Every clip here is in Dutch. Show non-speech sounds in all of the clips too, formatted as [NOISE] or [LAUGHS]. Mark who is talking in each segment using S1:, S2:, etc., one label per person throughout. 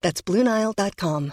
S1: That's BlueNile.com.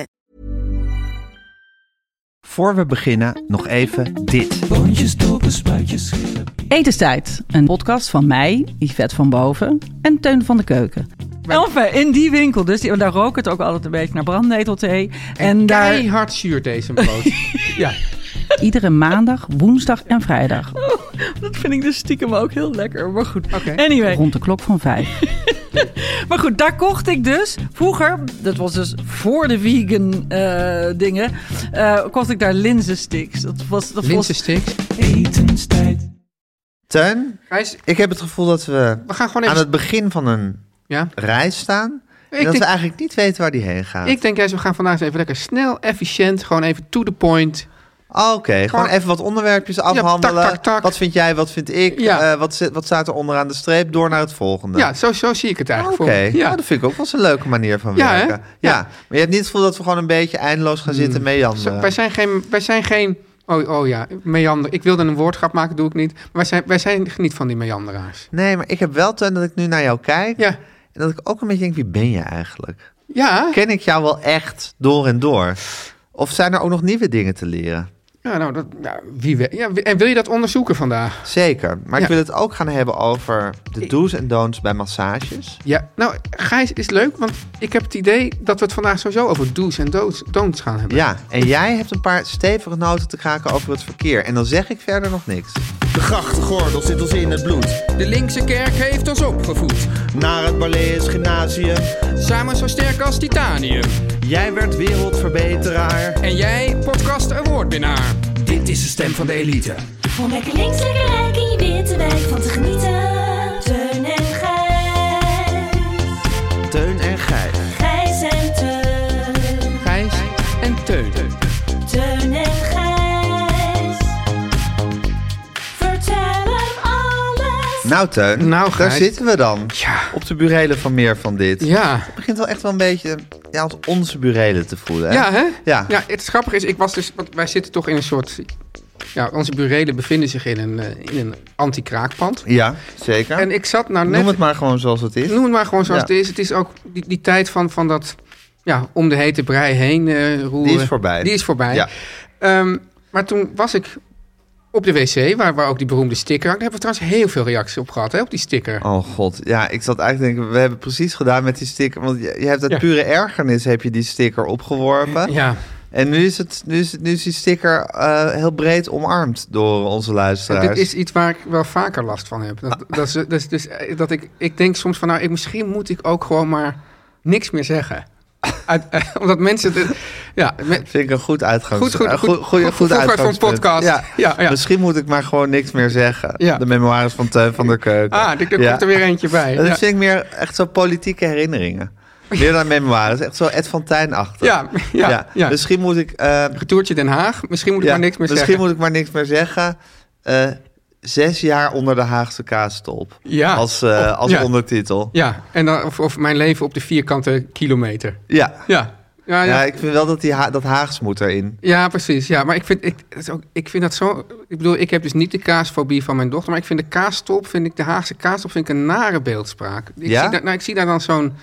S2: Voor we beginnen, nog even dit.
S3: Etenstijd, een podcast van mij, Yvette van Boven en Teun van de Keuken. Enfin, in die winkel dus, die, daar rook het ook altijd een beetje naar brandnetelthee. En, daar
S4: Keihard zuur
S3: [LAUGHS]
S4: deze brood. ja.
S3: iedere maandag, woensdag en
S5: [LAUGHS]
S3: vrijdag
S5: Oh, Dat vind ik dus stiekem ook heel lekker. Maar goed.
S4: Oké.
S5: Anyway.
S3: rond de klok van vijf.
S5: [LAUGHS] Maar goed, daar kocht ik dus vroeger, dat was dus voor de vegan eh, dingen, eh, kocht ik daar linzensticks. Dat was, dat was
S4: Linsensticks.
S2: Teun,
S4: Gijs,
S2: ik heb het gevoel dat we
S4: we gaan gewoon
S2: aan
S4: even...
S2: het begin van een
S4: Ja.
S2: reis staan. En dat
S4: Ik
S2: we
S4: denk,
S2: eigenlijk niet weten waar die heen gaat.
S4: ik denk, Gijs, we gaan vandaag eens even lekker snel, efficiënt, gewoon even to the point.
S2: Ah, Oké, gewoon even wat onderwerpjes afhandelen.
S4: tak, tak, tak.
S2: Wat vind jij, wat vind ik?
S4: Ja.
S2: eh, wat, zit- wat staat er onderaan de streep? Door naar het volgende.
S4: Ja, zo, zo zie ik het
S2: Nou. Oké,
S4: eigenlijk voor me.
S2: ja.
S4: Ja.
S2: dat vind ik ook wel eens een leuke manier van
S4: Ja, hè?
S2: werken. Ja.
S4: Ja.
S2: maar je hebt niet het gevoel dat we gewoon een beetje eindeloos gaan zitten mee, Jan. Eh,
S4: Zo, wij, zijn geen, wij zijn geen... Oh, oh ja, meander. Ik wilde een woordgrap maken, doe ik niet. Maar wij zijn, wij zijn niet van die meanderaars.
S2: Nee, maar ik heb wel, Teun, dat ik nu naar jou kijk.
S4: Ja.
S2: En dat ik ook een beetje denk, wie ben je eigenlijk?
S4: Ja.
S2: Ken ik jou wel echt door en door? Of zijn er ook nog nieuwe dingen te leren?
S4: ja nou, dat, ja, wie weet. Ja, wie- en wil je dat onderzoeken vandaag?
S2: Zeker. Maar ik
S4: Ja.
S2: wil het ook gaan hebben over de do's en don'ts bij massages.
S4: Ja. Nou, Gijs, het is leuk, want ik heb het idee dat we het vandaag sowieso over do's en don'ts, don'ts gaan hebben.
S2: Ja, en jij hebt een paar stevige noten te kraken over het verkeer. En dan zeg ik verder nog niks.
S6: De grachtgordel zit ons in het bloed.
S7: De linkse kerk heeft ons opgevoed,
S6: Naar het Balees Gymnasium.
S7: samen zo sterk als titanium.
S6: Jij werd wereldverbeteraar.
S7: En jij, podcast awardwinnaar. Dit is de stem van de elite.
S8: Om lekker links, lekker rijk in je witte wijk van te genieten. Teun en Gijs.
S6: Teun en Gijs.
S8: Gijs en Teun.
S7: Gijs en Teun.
S8: Teun en Gijs. Vertel hem alles.
S2: Nou, Teun,
S4: Nou,
S2: daar
S4: Gijs.
S2: zitten we dan.
S4: Ja.
S2: Op de burelen van meer van dit.
S4: Ja.
S2: Het begint wel echt wel een beetje ja, als onze burelen te voelen. Hè?
S4: Ja, hè?
S2: Eh? Ja.
S4: het grappige is, ik was dus, want wij zitten toch in een soort... Ja, onze burelen bevinden zich in een, eh, in een anti-kraakpand.
S2: Ja, zeker.
S4: En ik zat nou net...
S2: Noem het maar gewoon zoals het is.
S4: noem het maar gewoon zoals
S2: Ja.
S4: het is. Het is ook die, die tijd van, van dat ja, om de hete brei heen eh roeren.
S2: Die is voorbij.
S4: Die is voorbij.
S2: Ja.
S4: Ehm, maar toen was ik op de wc, waar, waar ook die beroemde sticker hangt. Daar hebben we trouwens heel veel reacties op gehad, hè, op die sticker.
S2: Oh god, ja, ik zat eigenlijk te denken, we hebben precies gedaan met die sticker. Want je, je hebt uit
S4: Ja.
S2: pure ergernis heb je die sticker opgeworpen.
S4: Ja,
S2: En nu is, het, nu, is het, nu is die sticker eh, heel breed omarmd door onze luisteraars.
S4: dit is iets waar ik wel vaker last van heb. Dat, dat, is, dat, is dus, eh, dat ik, ik denk soms van, nou, ik, misschien moet ik ook gewoon maar niks meer zeggen. Uit- eh, [LAUGHS] omdat mensen... het- ja, me-
S2: Vind ik een goed uitgangspunt.
S4: Goed, goed,
S2: Een
S4: goed.
S2: goe- goeie-
S4: Goed
S2: goed
S4: voorbeeld voor een
S2: uitgangspunt.
S4: podcast.
S2: Ja.
S4: Ja, ja.
S2: Misschien moet ik maar gewoon niks meer zeggen.
S4: Ja.
S2: De memoires van Teun van der Keuken.
S4: ah, er, er
S2: Ja.
S4: komt er weer eentje bij.
S2: Dat
S4: Ja.
S2: vind ik meer echt zo politieke herinneringen. Meer dan memoires. Echt zo Ed van Tijn-achtig.
S4: Ja, ja, ja.
S2: Misschien moet ik... eh,
S4: Retourtje Den Haag. Misschien moet ik
S2: ja,
S4: maar niks meer
S2: misschien
S4: zeggen.
S2: moet ik maar niks meer zeggen. Eh, zes jaar onder de Haagse kaastolp.
S4: Ja. Oh,
S2: Als, eh, als
S4: Ja.
S2: ondertitel.
S4: Ja, en dan, of, of mijn leven op de vierkante kilometer.
S2: Ja.
S4: Ja.
S2: Ja,
S4: Ja, ja.
S2: ik vind wel dat, die ha- dat Haags moet erin.
S4: Ja, precies. Ja, maar ik vind, ik, het is ook, ik vind dat zo... Ik bedoel, ik heb dus niet de kaasfobie van mijn dochter... maar ik vind de kaastop, vind ik, de Haagse kaastop... vind ik een nare beeldspraak. Ik,
S2: Ja?
S4: zie, daar, nou, ik zie daar dan zo'n...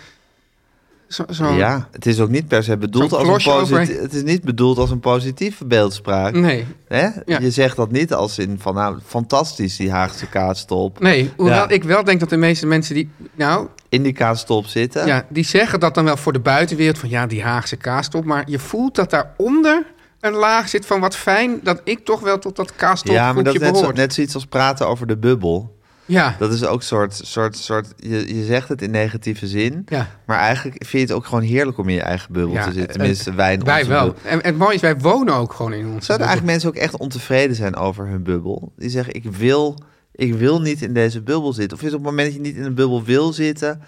S4: Zo, zo'n-
S2: Ja, het is ook niet per se bedoeld
S4: Oh. Zo'n
S2: als een
S4: klosje over-
S2: positief... Het is niet bedoeld als een positieve beeldspraak.
S4: Nee,
S2: Hè?
S4: Ja.
S2: Je zegt dat niet als in van... Nou, fantastisch, die Haagse kaastolp.
S4: nee. Hoewel
S2: Ja.
S4: ik wel denk dat de meeste mensen die... Nou,
S2: indica-stop zitten.
S4: Ja, die zeggen dat dan wel voor de buitenwereld van ja, die Haagse kaastop. Maar je voelt dat daaronder een laag zit van wat fijn dat ik toch wel tot dat
S2: Ja, maar dat
S4: kaastopgroepje
S2: is net, zo,
S4: behoort.
S2: net zoiets als praten over de bubbel.
S4: Ja,
S2: Dat is ook soort, soort, soort je, je zegt het in negatieve zin,
S4: ja.
S2: maar eigenlijk vind je het ook gewoon heerlijk om in je eigen bubbel
S4: Ja,
S2: te zitten.
S4: eh,
S2: Tenminste, wij in
S4: wij
S2: onze
S4: wel.
S2: bubbel.
S4: En, en het mooie is, wij wonen ook gewoon in ons.
S2: Zouden eigenlijk mensen ook echt ontevreden zijn over hun bubbel? Die zeggen, ik wil, ik wil niet in deze bubbel zitten. Of is op het moment dat je niet in een bubbel wil zitten,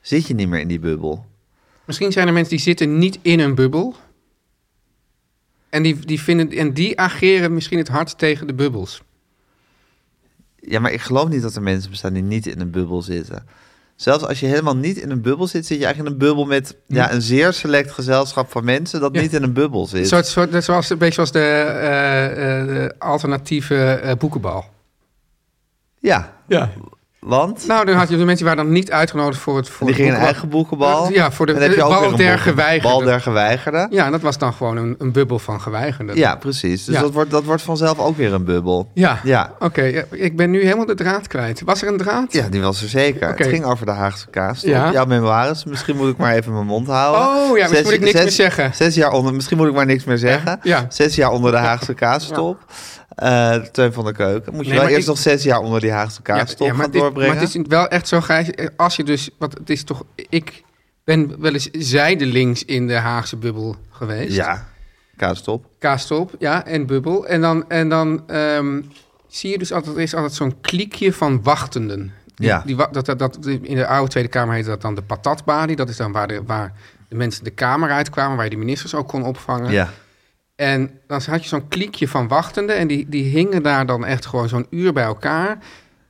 S2: zit je niet meer in die bubbel.
S4: Misschien zijn er mensen die zitten niet in een bubbel. En die, die, vinden, en die ageren misschien het hardst tegen de bubbels.
S2: Ja, maar ik geloof niet dat er mensen bestaan die niet in een bubbel zitten. Zelfs als je helemaal niet in een bubbel zit, zit je eigenlijk in een bubbel met ja, een zeer select gezelschap van mensen dat
S4: Ja.
S2: niet in een bubbel zit.
S4: Soort, soort, net zoals, een beetje zoals de, eh, eh, de alternatieve eh, boekenbal.
S2: Ja,
S4: Ja.
S2: want
S4: Nou, dan had je de mensen die waren dan niet uitgenodigd voor het. Voor
S2: die gingen
S4: het
S2: een
S4: boekenbal.
S2: eigen boekenbal.
S4: Ja, voor de-
S2: En dan heb je
S4: de
S2: ook
S4: bal
S2: weer een
S4: der
S2: boeken-
S4: geweigerden.
S2: Bal der geweigerden.
S4: Ja, dat was dan gewoon een, een bubbel van geweigerden.
S2: Ja, precies. Dus
S4: Ja.
S2: Dat, wordt, dat wordt vanzelf ook weer een bubbel.
S4: Ja.
S2: Ja.
S4: Oké, ja, ik ben nu helemaal de draad kwijt. Was er een draad?
S2: Ja, die was er zeker.
S4: Oké.
S2: Het ging over de Haagse kaas.
S4: Ja.
S2: Ja. Jouw memoires. Misschien moet ik maar even mijn mond houden.
S4: Oh, ja, misschien moet ik niks meer zeggen.
S2: Zes jaar onder, misschien moet ik maar niks meer zeggen.
S4: Ja.
S2: Zes jaar onder de Haagse kaasstop. Eh Teun van der Keuken. Moet je
S4: Nee,
S2: wel
S4: maar
S2: eerst
S4: ik-
S2: nog zes jaar onder die Haagse kaasstop
S4: maar,
S2: gaan
S4: dit-
S2: doorbrengen?
S4: maar het is wel echt zo, Gijs, eh, als je dus... Want het is toch... Ik ben wel eens zijdelings in de Haagse bubbel geweest.
S2: Ja, kaasstop.
S4: Kaastop, ja, en bubbel. En dan, en dan ehm, zie je dus altijd, er is altijd zo'n kliekje van wachtenden. Die-
S2: Ja.
S4: Die, wa- dat, dat, dat, in de oude Tweede Kamer heette dat dan de patatbalie. Dat is dan waar de, waar de mensen de Kamer uitkwamen, waar je de ministers ook kon opvangen.
S2: Ja.
S4: En dan had je zo'n kliekje van wachtenden. En die, die hingen daar dan echt gewoon zo'n uur bij elkaar.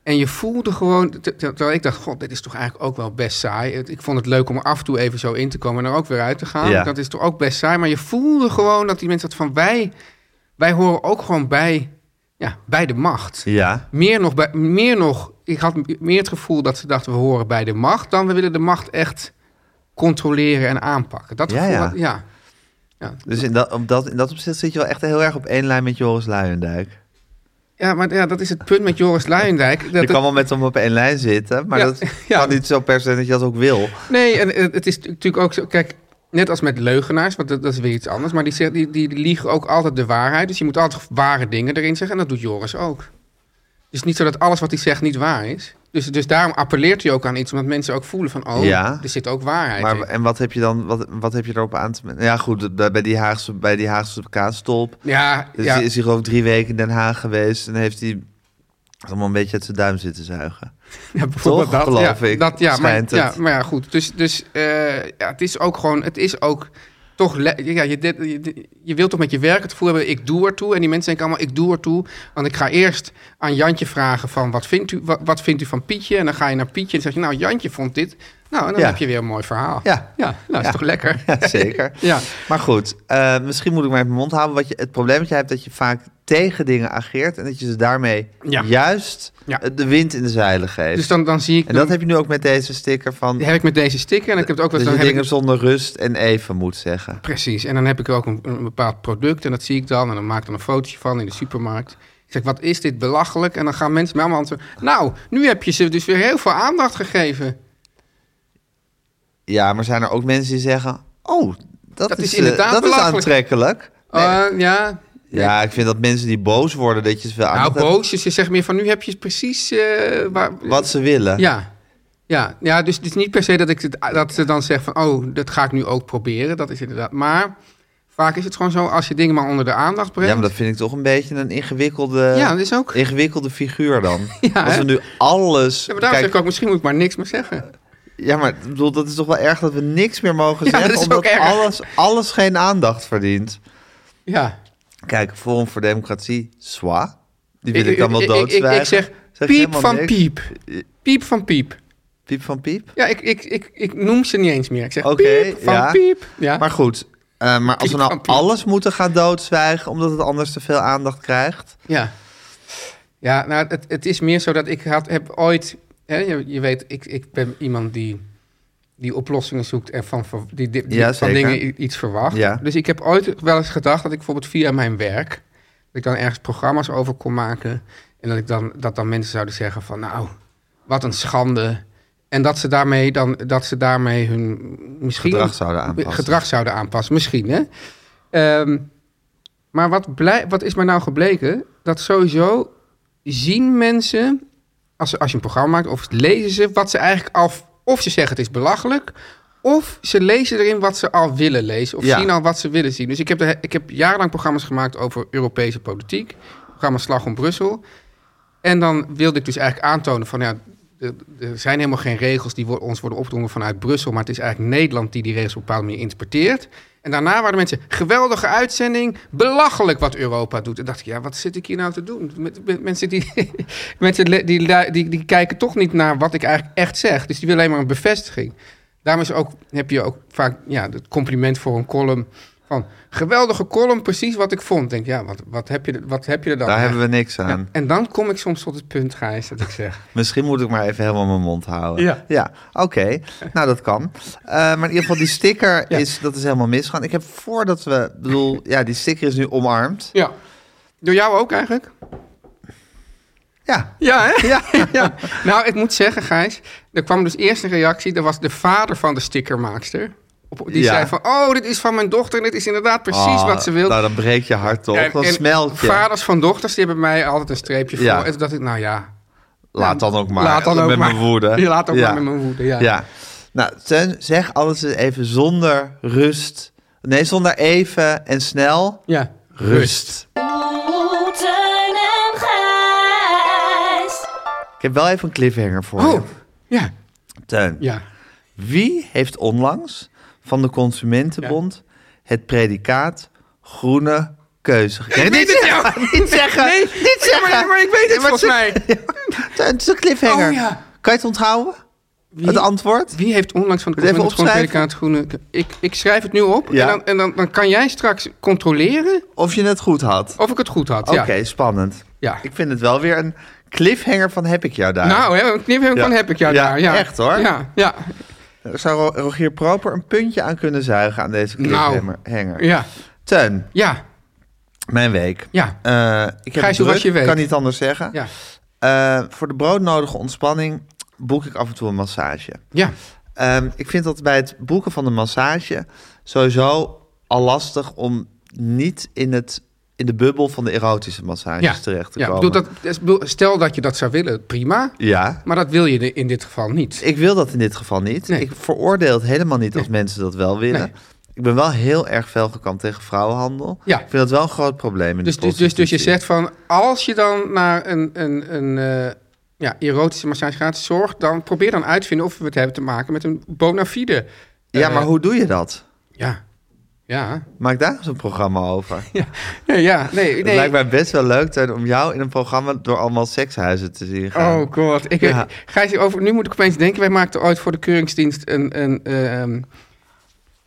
S4: En je voelde gewoon, te- te- terwijl ik dacht, god, dit is toch eigenlijk ook wel best saai. Het- Ik vond het leuk om er af en toe even zo in te komen en er ook weer uit te gaan.
S2: Ja.
S4: Dat is toch ook best saai. Maar je voelde gewoon dat die mensen dat van wij, wij horen ook gewoon bij, ja, bij de macht.
S2: Ja.
S4: Meer nog, bij, meer nog, ik had m- meer het gevoel dat ze dachten we horen bij de macht, dan we willen de macht echt controleren en aanpakken. Dat
S2: Ja,
S4: gevoel,
S2: ja.
S4: had- ja.
S2: Dus in dat, op dat, in dat opzicht zit je wel echt heel erg op één lijn met Joris Luijendijk.
S4: Ja, maar ja, dat is het punt met Joris Luijendijk. Dat
S2: Je
S4: het-
S2: kan wel met hem op één lijn zitten, maar
S4: Ja,
S2: dat
S4: [LAUGHS] ja.
S2: kan niet zo per se dat je dat ook wil.
S4: Nee, en eh, het is natuurlijk ook zo... Kijk, net als met leugenaars, want dat, dat is weer iets anders... maar die, zeg- die, die liegen ook altijd de waarheid. Dus je moet altijd ware dingen erin zeggen. En dat doet Joris ook. Het is niet zo dat alles wat hij zegt niet waar is. Dus, dus daarom appelleert hij ook aan iets... omdat mensen ook voelen van... oh,
S2: Ja.
S4: er zit ook waarheid
S2: Maar,
S4: in.
S2: en wat heb je dan, wat, wat heb je erop aan te... Ja goed, bij bij die Haagse, bij die Haagse kaastolp
S4: Ja,
S2: Dus
S4: ja.
S2: die is hij geloof ik drie weken in Den Haag geweest en heeft hij het allemaal een beetje uit zijn duim zitten zuigen. [LAUGHS]
S4: Ja, bijvoorbeeld
S2: Toch, geloof
S4: ja,
S2: ik,
S4: Dat, ja, maar,
S2: schijnt
S4: ja,
S2: het.
S4: maar ja, goed. Dus, dus eh, ja, het is ook gewoon, het is ook toch, le- ja, je, dit- je, dit- je wilt toch met je werk het gevoel hebben, ik doe ertoe. En die mensen denken allemaal, ik doe ertoe. Want ik ga eerst aan Jantje vragen van, wat vindt u, wat, wat vindt u van Pietje? En dan ga je naar Pietje en zeg je, nou, Jantje vond dit. Nou, en dan
S2: Ja.
S4: heb je weer een mooi verhaal.
S2: Ja.
S4: ja nou, is
S2: Ja.
S4: toch lekker?
S2: Ja, zeker.
S4: [LAUGHS] Ja.
S2: Maar goed, eh, misschien moet ik maar even mijn mond houden. Wat je, het probleem dat jij hebt, dat je vaak tegen dingen ageert en dat je ze daarmee
S4: Ja.
S2: juist
S4: Ja.
S2: eh, de wind in de zeilen geeft.
S4: Dus dan, dan zie ik,
S2: en dat heb je nu ook met deze sticker van
S4: heb ik met deze sticker. En ik heb het ook wel
S2: dat
S4: eens-
S2: je
S4: dan heb ik-
S2: dingen zonder rust en even moet zeggen.
S4: Precies, en dan heb ik ook een, een bepaald product en dat zie ik dan. En dan maak ik dan een fotootje van in de supermarkt. Ik zeg, wat is dit belachelijk? En dan gaan mensen mij allemaal antwoorden. Nou, nu heb je ze dus weer heel veel aandacht gegeven.
S2: Ja, maar zijn er ook mensen die zeggen: Oh, dat,
S4: Dat
S2: is,
S4: is
S2: eh,
S4: inderdaad
S2: dat is
S4: belachelijk.
S2: aantrekkelijk. Nee.
S4: Eh, ja,
S2: ja, ik vind dat mensen die boos worden, dat je ze wel
S4: nou
S2: aandacht hebt,
S4: boos. Dus je zegt meer van, nu heb je precies... eh, waar,
S2: wat ze willen.
S4: Ja, ja, ja dus het is niet per se dat, ik het, dat ze dan zeggen van... oh, dat ga ik nu ook proberen. Dat is inderdaad... Maar vaak is het gewoon zo, als je dingen maar onder de aandacht brengt...
S2: Ja, maar dat eh, vind ik toch een beetje een ingewikkelde,
S4: Ja, dat is ook...
S2: ingewikkelde figuur dan.
S4: [LAUGHS] Ja,
S2: Als
S4: hè?
S2: we nu alles.
S4: Ja, maar
S2: kijk,
S4: daarom zeg ik ook, misschien moet ik maar niks meer zeggen.
S2: ja, maar ik bedoel, dat is toch wel erg dat we niks meer mogen
S4: Ja,
S2: zeggen.
S4: dat is
S2: omdat
S4: ook erg.
S2: Alles, alles geen aandacht verdient.
S4: Ja.
S2: Kijk, Forum voor Democratie, SWA. Die wil ik,
S4: Ik-
S2: dan wel
S4: ik- ik-
S2: doodzwijgen.
S4: Ik, ik zeg
S2: Zeg je
S4: piep
S2: helemaal
S4: van
S2: niks? Eh,
S4: piep. Piep van piep.
S2: Piep van piep.
S4: Ja, ik, ik, ik, ik noem ze niet eens meer. Ik zeg
S2: Oké,
S4: piep van
S2: ja.
S4: piep. Ja.
S2: Maar goed, eh, maar als we
S4: Piep
S2: nou
S4: van Piep.
S2: alles moeten gaan doodzwijgen... omdat het anders te veel aandacht krijgt...
S4: ja. ja, nou, het, het is meer zo dat ik had, heb ooit... Hè, je, je weet, ik, ik ben iemand die, die oplossingen zoekt... en van, ver- die, die- die
S2: Ja,
S4: van
S2: zeker.
S4: dingen i- iets verwacht.
S2: Ja.
S4: Dus ik heb ooit wel eens gedacht dat ik bijvoorbeeld via mijn werk... dat ik dan ergens programma's over kon maken... en dat, ik dan, dat dan mensen zouden zeggen van... nou, wat een schande... En dat ze daarmee, dan, dat ze daarmee hun misschien
S2: Gedrag zouden aanpassen.
S4: gedrag zouden aanpassen. Misschien, hè? Ehm, maar wat, blij, wat is mij nou gebleken? Dat sowieso zien mensen, als, ze- als je een programma maakt, of lezen ze wat ze eigenlijk al... Of ze zeggen het is belachelijk, of ze lezen erin wat ze al willen lezen. Of
S2: Ja.
S4: zien al wat ze willen zien. Dus ik heb, de, ik heb jarenlang programma's gemaakt over Europese politiek. Programma Slag om Brussel. En dan wilde ik dus eigenlijk aantonen van ja, er er zijn helemaal geen regels die wo- ons worden opgedrongen vanuit Brussel, maar het is eigenlijk Nederland die die regels op een bepaalde manier interpreteert. En daarna waren de mensen, geweldige uitzending, belachelijk wat Europa doet. En dacht ik, ja, wat zit ik hier nou te doen? Met, met mensen die, [LAUGHS] mensen le- die, lu- die, die kijken toch niet naar wat ik eigenlijk echt zeg. Dus die willen alleen maar een bevestiging. Daarom is ook, heb je ook vaak ja, het compliment voor een column van, geweldige column, precies wat ik vond. Ik denk, ja, wat, wat, heb, je, er- wat heb je er dan
S2: Daar hebben
S4: eigenlijk
S2: we niks aan.
S4: ja, en dan kom ik soms tot het punt, Gijs, dat ik zeg...
S2: Misschien moet ik maar even helemaal mijn mond houden.
S4: Ja.
S2: oké. Nou, dat kan. Eh, maar in ieder geval, die sticker,
S4: Ja.
S2: is, dat is helemaal misgaan. Ik heb voordat we... ik bedoel, ja, die sticker is nu omarmd.
S4: Ja. Door jou ook eigenlijk?
S2: Ja.
S4: Ja, hè? Ja, ja. Nou, ik moet zeggen, Gijs, er kwam dus eerst een reactie. Dat was de vader van de stickermaakster. Op- Die
S2: Ja.
S4: zei van, oh, dit is van mijn dochter en dit is inderdaad precies
S2: Ah,
S4: wat ze wil.
S2: Nou, dan breek je hart toch.
S4: En-
S2: dan
S4: en
S2: smelt je.
S4: vaders van dochters, die hebben mij altijd een streepje voor.
S2: Ja.
S4: En toen dacht ik, nou ja,
S2: Laat dan ook maar.
S4: laat dan ook
S2: met
S4: maar.
S2: mijn woede.
S4: Ja, laat ook maar met mijn woede, ja.
S2: Ja. Nou, Teun, zeg alles eens even zonder rust. Nee, zonder even en snel.
S4: ja.
S2: Rust.
S8: Oeh, Teun en Gijs.
S2: Ik heb wel even een cliffhanger voor
S4: Oh,
S2: je.
S4: ja,
S2: Teun.
S4: ja.
S2: Wie heeft onlangs van de Consumentenbond het predicaat groene keuze gekregen?
S4: weet
S2: niet
S4: het,
S2: zeggen!
S4: ja.
S2: [LAUGHS] Niet zeggen!
S4: Nee,
S2: niet
S4: ja, maar-
S2: zeggen!
S4: maar ik weet het
S2: maar
S4: volgens mij.
S2: [LAUGHS] is een- Het is een cliffhanger.
S4: Oh, ja.
S2: Kan je het onthouden?
S4: Wie-
S2: Het antwoord?
S4: Wie heeft onlangs van de
S2: Moet even
S4: Consumentenbond gewoon
S2: opschrijven?
S4: predicaat groene... Ik, ik schrijf het nu op
S2: Ja.
S4: en, dan, en dan, dan kan jij straks controleren
S2: Of je het goed had.
S4: of ik het goed had.
S2: Oké,
S4: Ja.
S2: spannend.
S4: Ja.
S2: Ik vind het wel weer een cliffhanger van heb ik jou daar.
S4: Nou, hè, een knipheuk van
S2: Ah. Ja.
S4: heb ik jou
S2: Ja,
S4: daar. Ja.
S2: echt, hoor.
S4: Ja, ja,
S2: Zou Ro- Rogier Proper een puntje aan kunnen zuigen aan deze
S4: Nou.
S2: cliffhanger? hanger?
S4: ja,
S2: Teun,
S4: ja,
S2: mijn week.
S4: ja.
S2: Eh, ik heb
S4: Gijs,
S2: het
S4: hoe was
S2: druk,
S4: je week?
S2: kan niet anders zeggen.
S4: ja.
S2: Eh, voor de broodnodige ontspanning boek ik af en toe een massage.
S4: ja.
S2: Ehm, ik vind dat bij het boeken van een massage sowieso al lastig om niet in, het, in de bubbel van de erotische massages
S4: ja.
S2: terecht te
S4: ja. Ik
S2: komen.
S4: bedoel, dat, ik bedoel, stel dat je dat zou willen, prima.
S2: Ja,
S4: Maar dat wil je in dit geval niet.
S2: ik wil dat in dit geval niet.
S4: Nee.
S2: Ik veroordeel het helemaal niet als mensen dat wel willen.
S4: Nee.
S2: Ik ben wel heel erg felgekant tegen vrouwenhandel.
S4: Ja.
S2: Ik vind dat wel een groot probleem in
S4: Dus,
S2: de
S4: dus, dus, dus je
S2: prostitutie.
S4: zegt van, als je dan naar een, een, een eh, ja, erotische massage gaat, zorg dan, probeer dan uit te vinden of we het hebben te maken met een bona fide.
S2: Ja,
S4: eh,
S2: maar hoe doe je dat?
S4: Ja, ja.
S2: Maak daar eens een programma over.
S4: Ja, ja, ja. nee,
S2: Het
S4: nee.
S2: lijkt mij best wel leuk Teun, om jou in een programma door allemaal sekshuizen te zien gaan.
S4: Oh god, ik,
S2: Ja.
S4: Gijs, over, nu moet ik opeens denken, wij maakten ooit voor de keuringsdienst een, een, ehm,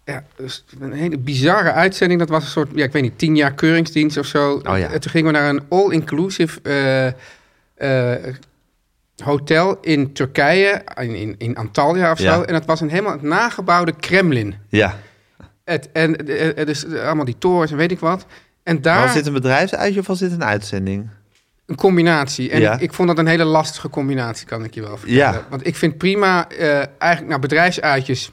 S4: ja, dus een hele bizarre uitzending. Dat was een soort, ja, ik weet niet, tien jaar keuringsdienst of zo.
S2: Oh ja.
S4: En toen gingen we naar een all-inclusive eh, eh, hotel in Turkije, in, in, in Antalya of
S2: Ja.
S4: zo. En dat was een helemaal het nagebouwde Kremlin.
S2: Ja.
S4: Het, en eh, eh, dus allemaal die torens en weet ik wat. En daar...
S2: Was dit een bedrijfsuitje of was dit een uitzending?
S4: Een combinatie. En
S2: Ja.
S4: ik, ik vond dat een hele lastige combinatie, kan ik je wel vertellen.
S2: Ja.
S4: Want ik vind prima, eh, eigenlijk nou, bedrijfsuitjes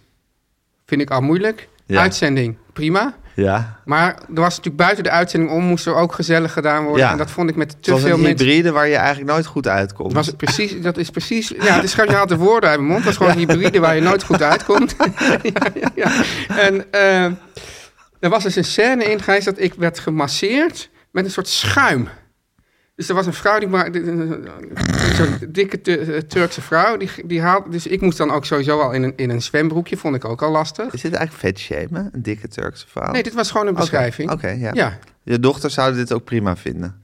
S4: vind ik al moeilijk.
S2: Ja.
S4: Uitzending, prima.
S2: Ja.
S4: Maar er was natuurlijk buiten de uitzending om, moest er ook gezellig gedaan worden.
S2: Ja.
S4: En dat vond ik met
S2: Het
S4: te
S2: was
S4: veel
S2: een
S4: mensen.
S2: hybride waar je eigenlijk nooit goed uitkomt.
S4: Was het precies, dat is precies, ja, het is gewoon, je haalt de woorden uit mijn mond. Dat is gewoon een hybride waar je nooit goed
S2: [LAUGHS]
S4: uitkomt. ja, ja, ja. En eh, er was dus een scène in, Gijs, dat ik werd gemasseerd met een soort schuim. Dus er was een vrouw, die maakte, zo'n dikke Tu- eh, Turkse vrouw, die, die haalt, dus ik moest dan ook sowieso al in een, in een zwembroekje, vond ik ook al lastig.
S2: Is dit eigenlijk vetshamen? Een dikke Turkse vrouw?
S4: Nee, dit was gewoon een
S2: Oké,
S4: beschrijving.
S2: Oké, ja.
S4: Ja.
S2: Je dochter zou dit ook prima vinden.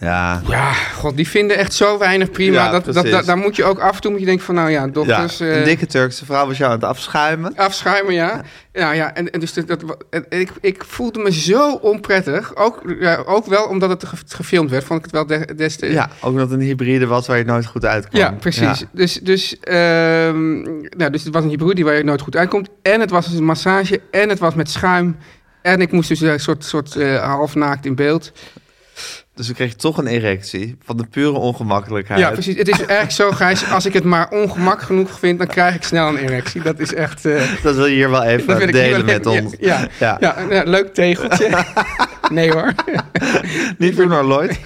S2: Ja.
S4: Ja, god, die vinden echt zo weinig prima.
S2: Ja,
S4: dat, dat,
S2: precies.
S4: dat- daar moet je ook af en toe moet je denken van, nou ja,
S2: ja.
S4: dokters... eh,
S2: een dikke Turkse vrouw was jou aan het afschuimen.
S4: Afschuimen, ja. Ja, ja. En, en dus dat, dat, en ik, ik voelde me zo onprettig. Ook, ja, ook wel omdat het ge- gefilmd werd, vond ik het wel de- destijds.
S2: Ja, ook omdat het een hybride was waar je nooit goed uitkwam.
S4: Ja, precies.
S2: Ja.
S4: Dus, dus, ehm, nou, dus het was een hybride waar je nooit goed uitkomt. En het was dus een massage. En het was met schuim. En ik moest dus een soort, soort eh, half naakt in beeld.
S2: Dus ik kreeg toch een erectie van de pure ongemakkelijkheid.
S4: Ja, precies. Het is eigenlijk zo, Gijs, als ik het maar ongemak genoeg vind, dan krijg ik snel een erectie. Dat is echt... eh,
S2: Dat wil je hier wel even
S4: dat wil ik hier
S2: delen
S4: wel
S2: met
S4: even-
S2: ons.
S4: Ja, ja, ja. ja,
S2: [LAUGHS]
S4: leuk tegeltje. Nee hoor.
S2: Niet voor naar Lloyd.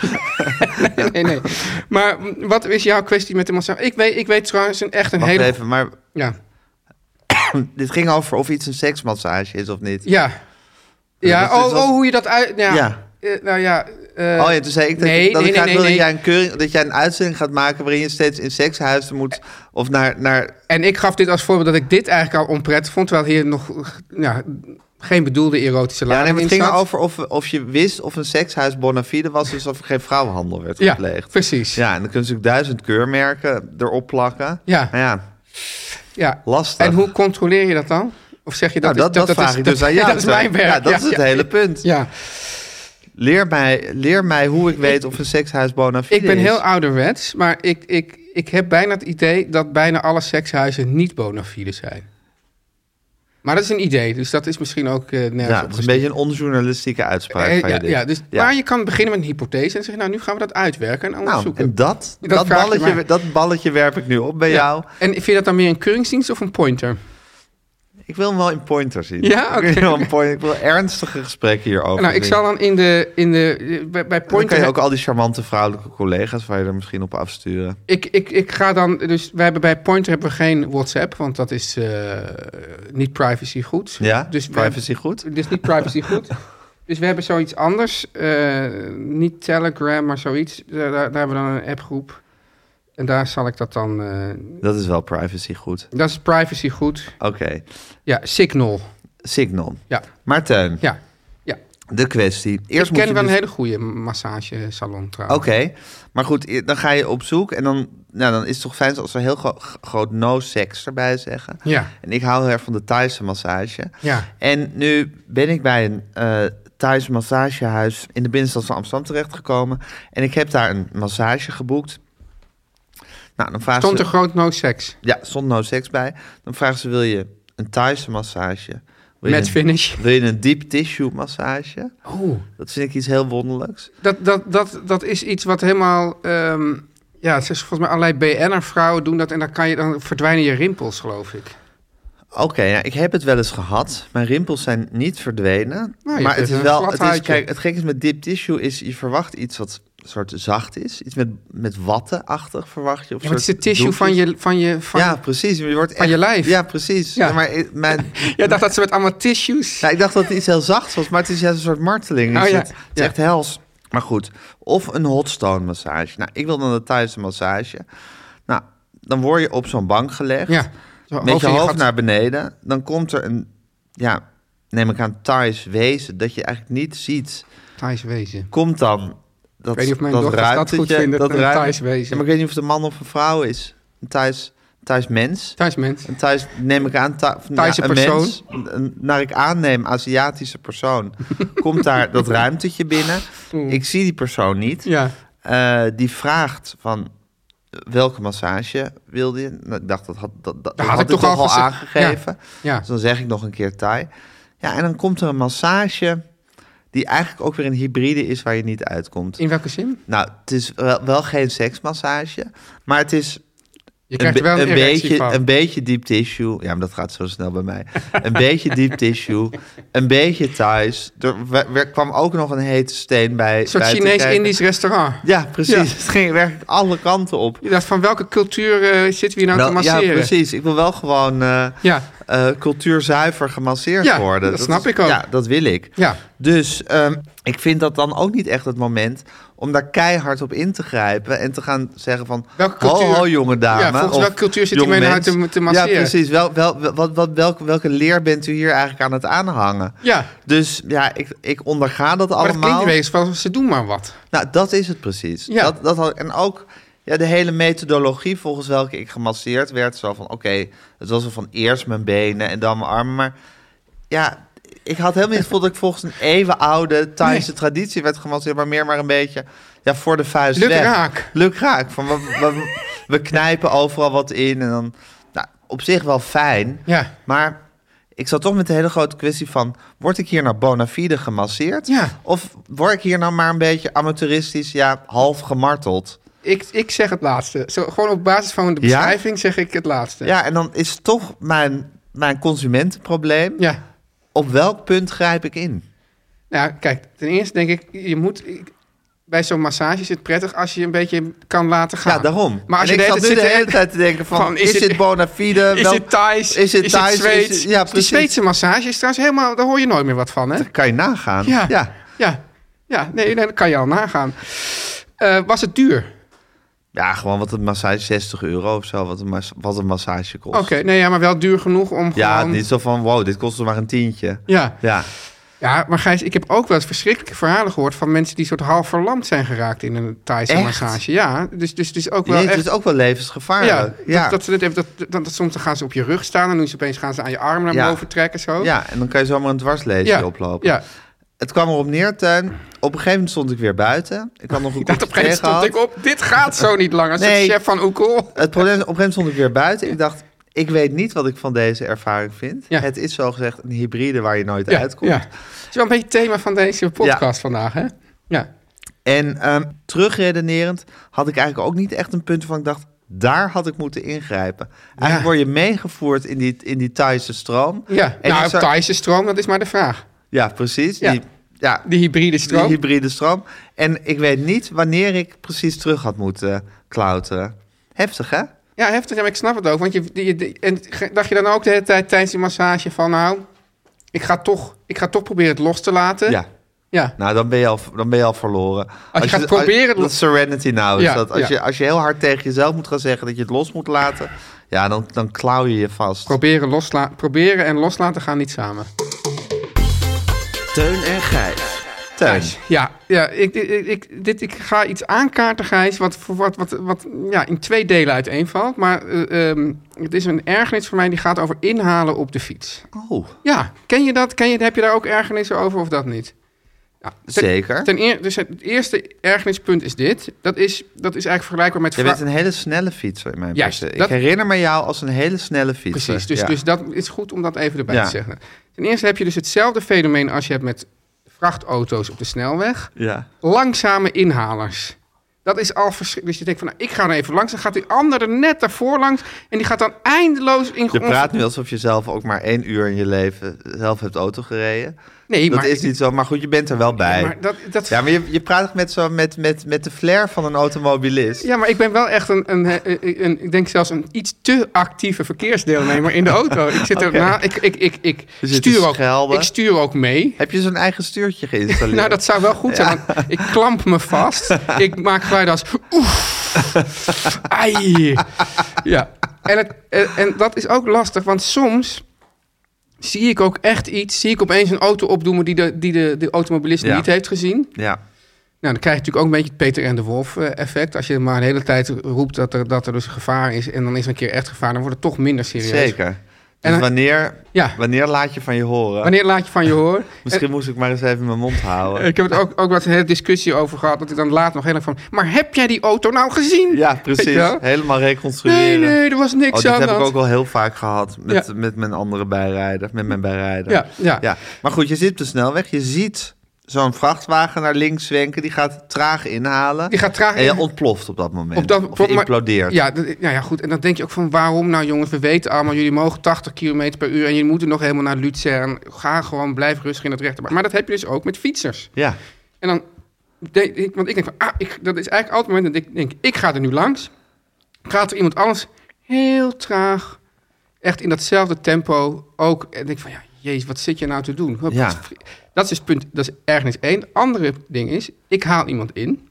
S4: Nee, nee, nee. Maar mm, wat is jouw kwestie met de massage? Ik weet, ik weet trouwens een, echt een
S2: Wacht
S4: hele...
S2: even, maar [CLEARS THROAT]
S4: Ja.
S2: dit ging over of iets een seksmassage is of niet. Dus
S4: Ja. Ja,
S2: dat is
S4: oh,
S2: wel-
S4: oh, hoe je dat uit... Ja.
S2: Ja.
S4: Eh, nou ja. eh,
S2: Oh ja, toen zei ik dat,
S4: nee,
S2: dat
S4: nee,
S2: ik graag
S4: nee,
S2: wil
S4: nee,
S2: dat, jij
S4: nee.
S2: een keuring, dat jij een uitzending gaat maken... waarin je steeds in sekshuizen moet... of naar, naar
S4: En ik gaf dit als voorbeeld dat ik dit eigenlijk al onprettig vond, terwijl hier nog eh, ja, geen bedoelde erotische
S2: Ja,
S4: lading
S2: nee, maar
S4: in
S2: het ging
S4: staat.
S2: erover of, of je wist of een sekshuis bona fide was, dus of er geen vrouwenhandel werd
S4: Ja,
S2: gepleegd.
S4: precies. Ja.
S2: Ja, en dan kunnen ze natuurlijk duizend keurmerken erop plakken.
S4: Ja.
S2: Maar ja, lastig.
S4: En hoe controleer je dat dan? Of zeg je dat
S2: nou, dat,
S4: is-
S2: dat, vraag
S4: is-
S2: ik dus
S4: [LAUGHS]
S2: aan jou.
S4: Dat is
S2: Teun.
S4: mijn werk.
S2: Ja, dat is het
S4: ja.
S2: hele punt.
S4: Ja,
S2: Leer, mij, leer mij hoe ik weet of een sekshuis bona fide
S4: ik ben
S2: is.
S4: heel ouderwets, maar ik, ik, ik heb bijna het idee dat bijna alle sekshuizen niet bona fide zijn. Maar dat is een idee, dus dat is misschien ook eh nergens
S2: Ja, het is een
S4: opgeschreven.
S2: beetje een onjournalistieke uitspraak
S4: Eh,
S2: van je
S4: ja,
S2: dit.
S4: ja, dus,
S2: Ja.
S4: Maar je kan beginnen met een hypothese en zeggen, nou, nu gaan we dat uitwerken en
S2: Nou,
S4: onderzoeken.
S2: en dat, dat,
S4: Dat vraag je
S2: balletje,
S4: maar.
S2: dat balletje werp ik nu op bij
S4: Ja.
S2: jou.
S4: En vind je dat dan meer een keuringsdienst of een pointer?
S2: Ik wil hem wel in pointer zien.
S4: Ja,
S2: Ik wil
S4: oké.
S2: wel een point- ik wil ernstige gesprekken hierover.
S4: nou, ik
S2: zien.
S4: zal dan in de... In de eh, bij, bij
S2: Dan
S4: pointer...
S2: kan je ook al die charmante vrouwelijke collega's waar je er misschien op afsturen.
S4: ik, ik, ik ga dan... Dus wij hebben bij pointer hebben we geen WhatsApp, want dat is eh, niet privacy goed.
S2: Ja,
S4: dus wij-
S2: privacy goed.
S4: Dus niet privacy goed. Dus we hebben zoiets anders. eh, niet Telegram, maar zoiets. Eh, Daar, daar, daar hebben we dan een appgroep. En daar zal ik dat dan... eh,
S2: Dat is wel privacy goed.
S4: dat is privacy goed.
S2: Oké,
S4: Ja, Signal.
S2: Signal.
S4: Ja.
S2: Martijn,
S4: Ja, ja.
S2: de kwestie. Eerst
S4: ik
S2: moet
S4: ken
S2: je
S4: wel een
S2: dus-
S4: hele goede massagesalon trouwens.
S2: Oké, maar goed, i- dan ga je op zoek en dan, nou, dan is het toch fijn als we heel gro- groot no seks erbij zeggen.
S4: Ja.
S2: En ik hou heel erg van de Thaise massage.
S4: Ja.
S2: En nu ben ik bij een eh Thaise massagehuis in de binnenstad van Amsterdam terechtgekomen. En ik heb daar een massage geboekt. Nou, dan vragen
S4: Stond
S2: ze,
S4: er groot no seks.
S2: Ja, stond no seks bij. Dan vragen ze, wil je een Thaise massage? Wil je
S4: Met
S2: een-
S4: finish.
S2: Wil je een deep tissue massage?
S4: Oh.
S2: Dat vind ik iets heel wonderlijks.
S4: Dat, dat, dat, dat is iets wat helemaal... ehm, ja, het is volgens mij allerlei BN'er vrouwen doen dat... en dan, kan je, dan verdwijnen je rimpels, geloof ik.
S2: Oké, nou, ik heb het wel eens gehad. Mijn rimpels zijn niet verdwenen.
S4: Nou, je
S2: maar
S4: hebt
S2: het is
S4: een
S2: wel.
S4: glad
S2: Het, is,
S4: huidje.
S2: kijk, het gekke is met dip tissue is je verwacht iets wat soort zacht is. Iets met, met watten-achtig verwacht je. Of
S4: Ja, maar het is
S2: soort
S4: de tissue van
S2: doekjes.
S4: je... Van je van,
S2: ja, precies. Je wordt
S4: van je
S2: echt-
S4: lijf.
S2: Ja, precies.
S4: Ja.
S2: Ja. maar ik- mijn,
S4: [LAUGHS] Jij dacht dat ze met allemaal tissues...
S2: nou, ik dacht dat het iets heel zacht was, maar het is juist een soort marteling.
S4: Oh,
S2: Dus
S4: ja.
S2: Het, het is
S4: Ja.
S2: echt hels. Maar goed, of een hotstone massage. Nou, ik wil dan de Thaise massage. Nou, dan word je op zo'n bank gelegd.
S4: Ja. Zo
S2: Met je
S4: in
S2: hoofd
S4: gat.
S2: naar beneden, dan komt er een, ja, neem ik aan, Thais wezen dat je eigenlijk niet ziet.
S4: Thais wezen.
S2: Komt dan dat,
S4: Ik weet niet of mijn
S2: dat
S4: dochters dat
S2: ruimtetje,
S4: goed vinden, een
S2: ruim-
S4: Thais wezen.
S2: Ja, maar ik weet niet of het een man of een vrouw is. Een Thais, Thais mens.
S4: Thais mens.
S2: Een Thais, neem ik aan, Tha-
S4: Thaise
S2: een
S4: persoon.
S2: mens, een- een- naar ik aanneem, Aziatische
S4: [LAUGHS]
S2: persoon, komt daar dat ruimtetje binnen. Ik zie die persoon niet.
S4: Ja.
S2: Eh, die vraagt van eh, welke massage wilde je? Nou, ik dacht, dat had, dat, dat, dat
S4: had ik toch al
S2: al
S4: gezegd.
S2: aangegeven.
S4: Ja.
S2: Dus dan zeg ik nog een keer Thai. Ja, en dan komt er een massage die eigenlijk ook weer een hybride is waar je niet uitkomt.
S4: In welke zin?
S2: Nou, het is wel, wel geen seksmassage, maar het is
S4: Je krijgt er
S2: be-
S4: wel een, erectie
S2: beetje,
S4: van.
S2: een beetje deep tissue. Ja, maar dat gaat zo snel bij mij. een beetje
S4: [LAUGHS]
S2: deep tissue, een beetje thuis. Er, we- er kwam ook nog een hete steen bij.
S4: Een soort
S2: bij te kijken.
S4: Chinees-Indisch restaurant.
S2: Ja, precies.
S4: Ja.
S2: [LAUGHS] Het ging werkelijk alle kanten op.
S4: Je dacht, van welke cultuur eh, zitten we hier nou
S2: Wel-
S4: te
S2: ja,
S4: masseren?
S2: prezuis. Ik wil wel gewoon eh,
S4: Ja.
S2: eh, cultuurzuiver gemasseerd
S4: Ja,
S2: worden.
S4: dat snap
S2: is-
S4: ik ook.
S2: Ja, dat wil ik.
S4: Ja.
S2: Dus ehm, ik vind dat dan ook niet echt het moment om daar keihard op in te grijpen en te gaan zeggen van...
S4: Welke cultuur-
S2: Ho, ho, jonge dame.
S4: Ja, volgens
S2: of
S4: welke cultuur zit
S2: jong
S4: u mij nou
S2: mens.
S4: te- te masseren?
S2: Ja, precies. Wel, wel, wel- wat, wat, welke, welke leer bent u hier eigenlijk aan het aanhangen?
S4: Ja.
S2: Dus ja, ik, ik onderga dat
S4: Maar
S2: allemaal.
S4: dat klinkt wegens van, ze doen maar wat.
S2: Nou, dat is het precies.
S4: Ja.
S2: Dat, dat had, en ook ja, de hele methodologie volgens welke ik gemasseerd werd. Zo van, oké, het was wel van eerst mijn benen en dan mijn armen. Maar ja, ik had helemaal niet het gevoel dat ik volgens een eeuwenoude Thaise traditie werd gemasseerd. Maar meer maar een beetje ja, voor de vuist
S4: Luk
S2: weg.
S4: raak.
S2: Luk raak. Van, we, we, we knijpen overal wat in en dan... Nou, op zich wel fijn,
S4: Ja.
S2: maar... Ik zat toch met de hele grote kwestie van... word ik hier nou bona fide gemasseerd?
S4: Ja.
S2: Of word ik hier nou maar een beetje amateuristisch... ja, half gemarteld?
S4: Ik, ik zeg het laatste. Zo, gewoon op basis van
S2: Ja?
S4: de beschrijving zeg ik het laatste.
S2: Ja, en dan is toch mijn, mijn consumentenprobleem...
S4: ja.
S2: op welk punt grijp ik in?
S4: Nou, kijk, ten eerste denk ik, je moet... ik- bij zo'n massage is het prettig als je een beetje kan laten gaan.
S2: Ja, daarom.
S4: Ah. Maar als
S2: en
S4: je
S2: ik
S4: de
S2: zat nu
S4: hele tijd
S2: de
S4: zit-
S2: hele tijd te denken van...
S4: van, is
S2: is
S4: het-
S2: dit bona fide?
S4: Is
S2: Eh, Wel-
S4: het Thais?
S2: Is het Thais? Is
S4: Zweeds?
S2: het- ja,
S4: Die
S2: precies.
S4: Zweedse massage is trouwens helemaal... Daar hoor je nooit meer wat van, hè?
S2: Kan je nagaan?
S4: Ja.
S2: ja.
S4: Ja, ja nee, nee, dat kan je al nagaan. Eh, was het duur?
S2: Ja, gewoon wat een massage, 60 euro of zo, wat een, mas- wat een massage kost.
S4: Oké, nee, ja, maar wel duur genoeg om
S2: Ja,
S4: gewoon...
S2: niet zo van, wow, dit kost er maar een tientje.
S4: Ja.
S2: Ja,
S4: ja, maar Gijs, ik heb ook wel eens verschrikkelijke verhalen gehoord... van mensen die soort half verlamd zijn geraakt in een Thaise
S2: Echt?
S4: massage. Ja, dus, dus het is ook wel
S2: Jezus,
S4: echt...
S2: het is ook wel
S4: Ja,
S2: levensgevaarlijk. Ja,
S4: Dat, dat ze dit hebben, dat, dat, dat, soms dan gaan ze op je rug staan... en dan doen ze opeens gaan ze aan je arm naar
S2: Ja.
S4: boven trekken zo.
S2: Ja, en dan kan je zomaar een dwarslezen
S4: Oh. ja.
S2: oplopen.
S4: Ja,
S2: Het kwam erop neer, Tuin. Op een gegeven moment stond ik weer buiten. Ik had nog
S4: [LAUGHS]
S2: een
S4: ik dacht
S2: kopje
S4: op een gegeven
S2: thee
S4: moment stond
S2: gehad.
S4: ik op... dit gaat zo niet langer. Als
S2: Nee.
S4: chef van Oekol.
S2: Het probleem is, op een gegeven moment stond ik weer buiten. Ik dacht, ik weet niet wat ik van deze ervaring vind.
S4: Ja.
S2: Het is zogezegd een hybride waar je nooit uitkomt.
S4: Ja. Het is wel een beetje het thema van deze podcast vandaag, hè? Ja.
S2: En ehm, terugredenerend had ik eigenlijk ook niet echt een punt van ik dacht, daar had ik moeten ingrijpen. Eigenlijk
S4: Ja.
S2: word je meegevoerd in die, in die Thaise stroom.
S4: Ja,
S2: En
S4: nou,
S2: ik
S4: op
S2: zou-
S4: Thaise stroom, dat is maar de vraag.
S2: Ja, precies.
S4: Ja.
S2: Die, ja,
S4: Die hybride
S2: die
S4: stroom.
S2: hybride stroom. En ik weet niet wanneer ik precies terug had moeten klauteren. Heftig, hè?
S4: Ja, heftig, ja, maar ik snap het ook. Want je, die- die- en ge- dacht je dan ook de hele tijd tijdens die massage van... nou, ik ga toch, ik ga toch proberen het los te laten.
S2: Ja.
S4: Ja,
S2: Nou, dan ben je al, dan ben je al verloren. Als,
S4: gaat proberen-
S2: Dat serenity nou is.
S4: Ja,
S2: dat als,
S4: ja.
S2: je, als je heel hard tegen jezelf moet gaan zeggen dat je het los moet laten... Ja, dan, dan klauw je je vast.
S4: proberen, losla proberen en loslaten gaan niet samen.
S6: Teun en Gijs.
S2: Teun.
S4: Ja, ja ik, ik, ik- dit, ik ga iets aankaarten, Gijs, wat, voor wat, wat, wat ja, in twee delen uiteenvalt. Maar eh, ehm, het is een ergernis voor mij die gaat over inhalen op de fiets.
S2: Oh,
S4: Ja, ken je dat? Ken je, heb je daar ook ergernissen over of dat niet? Ja, ten-
S2: zeker.
S4: Ten eer, dus het eerste ergernispunt is dit. Dat is, dat is eigenlijk vergelijkbaar met...
S2: Je
S4: vra-
S2: bent een hele snelle fietser in mijn
S4: Juist,
S2: perspectief.
S4: dat-
S2: Ik herinner me jou als een hele snelle fietser.
S4: Precies, dus,
S2: eh, Ja.
S4: dus dat is goed om dat even erbij
S2: Ja.
S4: te zeggen. Ten eerste heb je dus hetzelfde fenomeen als je hebt met vrachtauto's op de snelweg.
S2: Ja.
S4: Langzame inhalers. Dat is al verschrikkelijk. Dus je denkt van, nou, ik ga er even langs. Dan gaat die andere net daarvoor langs. En die gaat dan eindeloos in...
S2: Je praat nu alsof je zelf ook maar één uur in je leven zelf hebt auto gereden.
S4: Nee,
S2: dat
S4: maar...
S2: is niet zo, maar goed, je bent er wel bij.
S4: maar dat, dat,
S2: Ja, maar je, je praat met, zo, met, met, met de flair van een automobilist.
S4: Ja, maar ik ben wel echt een, een, een, een- ik denk zelfs een iets te actieve verkeersdeelnemer in de auto. Ik zit erna, ik, ik, ik, ik,
S2: zit dus te
S4: stuur ook,
S2: schelden.
S4: ik stuur ook mee.
S2: Heb je zo'n eigen stuurtje geïnstalleerd?
S4: [LAUGHS] Nou, dat zou wel goed zijn, want ik klamp me
S2: [LAUGHS]
S4: vast. Ik maak geluiden als oef, ai. Ja, en, het, en, en dat is ook lastig, want soms zie ik ook echt iets. Zie ik opeens een auto opdoemen die de, die de, de automobilist
S2: Ja.
S4: niet heeft gezien.
S2: Ja,
S4: Nou, dan krijg je natuurlijk ook een beetje het Peter en de Wolf eh, effect. Als je maar een hele tijd roept dat er, dat er dus gevaar is... en dan is er een keer echt gevaar, dan wordt het toch minder serieus.
S2: zeker.
S4: En
S2: Dus
S4: dan-
S2: wanneer,
S4: Ja.
S2: wanneer laat je van je horen?
S4: Wanneer Eh, laat je van je horen?
S2: [LAUGHS] Misschien moest ik maar eens even mijn mond houden.
S4: En ik heb het ook, ook wat hele discussie over gehad... dat ik dan laat nog heel erg van... maar heb jij die auto nou gezien?
S2: ja,
S4: Weet
S2: precies.
S4: je wel?
S2: Helemaal reconstrueren.
S4: Nee, nee, er was
S2: Oh,
S4: niks
S2: dat
S4: aan
S2: heb
S4: de
S2: ik
S4: hand.
S2: ook al heel vaak gehad met, met mijn andere bijrijder, met mijn bijrijder.
S4: Ja, ja.
S2: Maar goed, je zit op de snelweg, je ziet zo'n vrachtwagen naar links zwenken, die gaat traag inhalen.
S4: Die gaat traag
S2: En je
S4: in-
S2: ontploft op dat moment.
S4: Op dat-
S2: of je
S4: maar-
S2: implodeert.
S4: Ja, dat- nou ja, goed. En dan denk je ook van waarom nou jongens, we weten allemaal... jullie mogen 80 km per uur en jullie moeten nog helemaal naar Luzern. Ga gewoon, blijf rustig in het rechterbaan. Maar dat heb je dus ook met fietsers.
S2: Ja. [LAUGHS]
S4: En dan denk ik, want ik denk van, ah, ik, dat is eigenlijk altijd het moment dat ik denk, ik ga er nu langs. Gaat er iemand anders heel traag, echt in datzelfde tempo ook. En ik denk van, ja, jezus, wat zit je nou te doen? Wat-
S2: Ja.
S4: wat- Dat is dus punt, dat is ergens één. Het andere ding is, ik haal iemand in.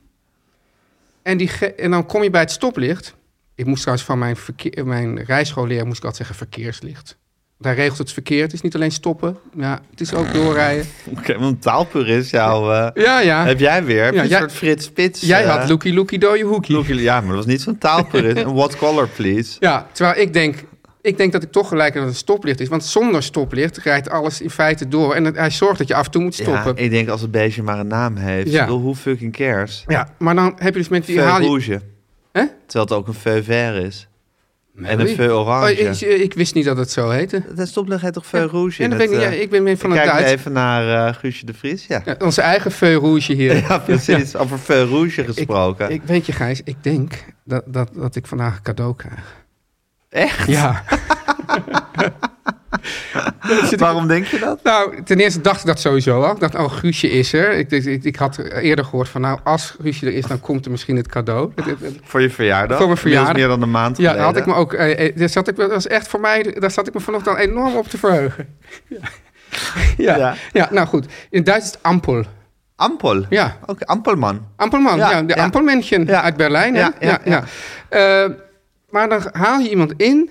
S4: En, die ge- en dan kom je bij het stoplicht. Ik moest trouwens van mijn, verkeer, mijn rijschoolleraar, moest ik altijd zeggen, verkeerslicht. Daar regelt het verkeer. Het is niet alleen stoppen. Ja, het is ook doorrijden.
S2: Oké, want een taalpurist jou... eh,
S4: Ja, ja.
S2: Heb jij weer? Heb je
S4: Ja,
S2: een
S4: jij-
S2: soort Frits Spits?
S4: Dus, Jij
S2: eh,
S4: had Loekie Loekie Dooie Hoekie.
S2: Loekie- Ja, maar dat was niet zo'n
S4: [LAUGHS]
S2: taalpurist. een what color, please.
S4: Ja, terwijl ik denk, ik denk dat ik toch gelijk dat het een stoplicht is. Want zonder stoplicht rijdt alles in feite door. En het- hij zorgt dat je af en toe moet stoppen.
S2: Ja, ik denk als het beestje maar een naam heeft.
S4: Ja.
S2: Ik bedoel, hoe fucking cares?
S4: Ja, maar dan heb je dus mensen die
S2: Feu
S4: haal je...
S2: rouge.
S4: Hè?
S2: Terwijl het ook een feu vert is. En een feu
S4: Oh, ik,
S2: oranje.
S4: ik wist niet dat het zo heette.
S2: Dat is toch heet toch feu rouge
S4: Ja,
S2: in
S4: dat
S2: het,
S4: weet ik, niet.
S2: eh,
S4: ja, ik ben meer van
S2: ik
S4: het
S2: kijk
S4: Duits.
S2: even naar eh Guusje de Vries, ja.
S4: Ja, onze eigen feu rouge hier.
S2: [LAUGHS] Ja, precies. Over feu rouge gesproken.
S4: Ik weet je, Gijs, ik denk dat, dat, dat ik vandaag een cadeau
S2: [LAUGHS]
S4: krijg.
S2: Echt? [LAUGHS]
S4: Ja. [LAUGHS]
S2: Waarom denk je dat?
S4: Nou, ten eerste dacht ik dat sowieso al. Ik dacht, oh, Guusje is er. Ik, ik, ik, ik had eerder gehoord van, nou, als Guusje er is, dan komt er misschien het cadeau. Het- het- het-
S2: Voor je verjaardag?
S4: Voor mijn
S2: Inmiddels
S4: verjaardag.
S2: meer dan een maand
S4: Ja,
S2: geleden.
S4: daar had ik me ook. eh, eh, daar zat ik, me- dat was echt voor mij. Daar zat ik me vanochtend al enorm op te verheugen. [LAUGHS] Ja.
S2: Ja.
S4: Ja. nou goed. In het Duits is het Ampel.
S2: Ampel.
S4: Ja.
S2: Oké, Ampelman.
S4: Ampelman.
S2: Ja,
S4: Ja, de
S2: ja.
S4: Ampelmännchen
S2: Ja.
S4: uit Berlijn. hè?
S2: Ja, ja, ja.
S4: ja. Eh, maar dan haal je iemand in.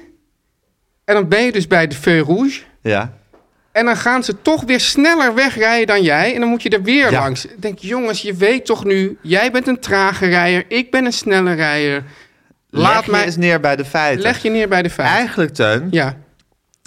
S4: En dan ben je dus bij de Feu Rouge.
S2: Ja.
S4: En dan gaan ze toch weer sneller wegrijden dan jij. En dan moet je er weer
S2: Ja.
S4: langs. Ik denk, jongens, je weet toch nu. Jij bent een trage rijder. Ik ben een snelle rijder. Laat
S2: Leg je
S4: mij.
S2: eens neer bij de feiten.
S4: Leg je neer bij de feiten.
S2: Eigenlijk, Teun,
S4: Ja.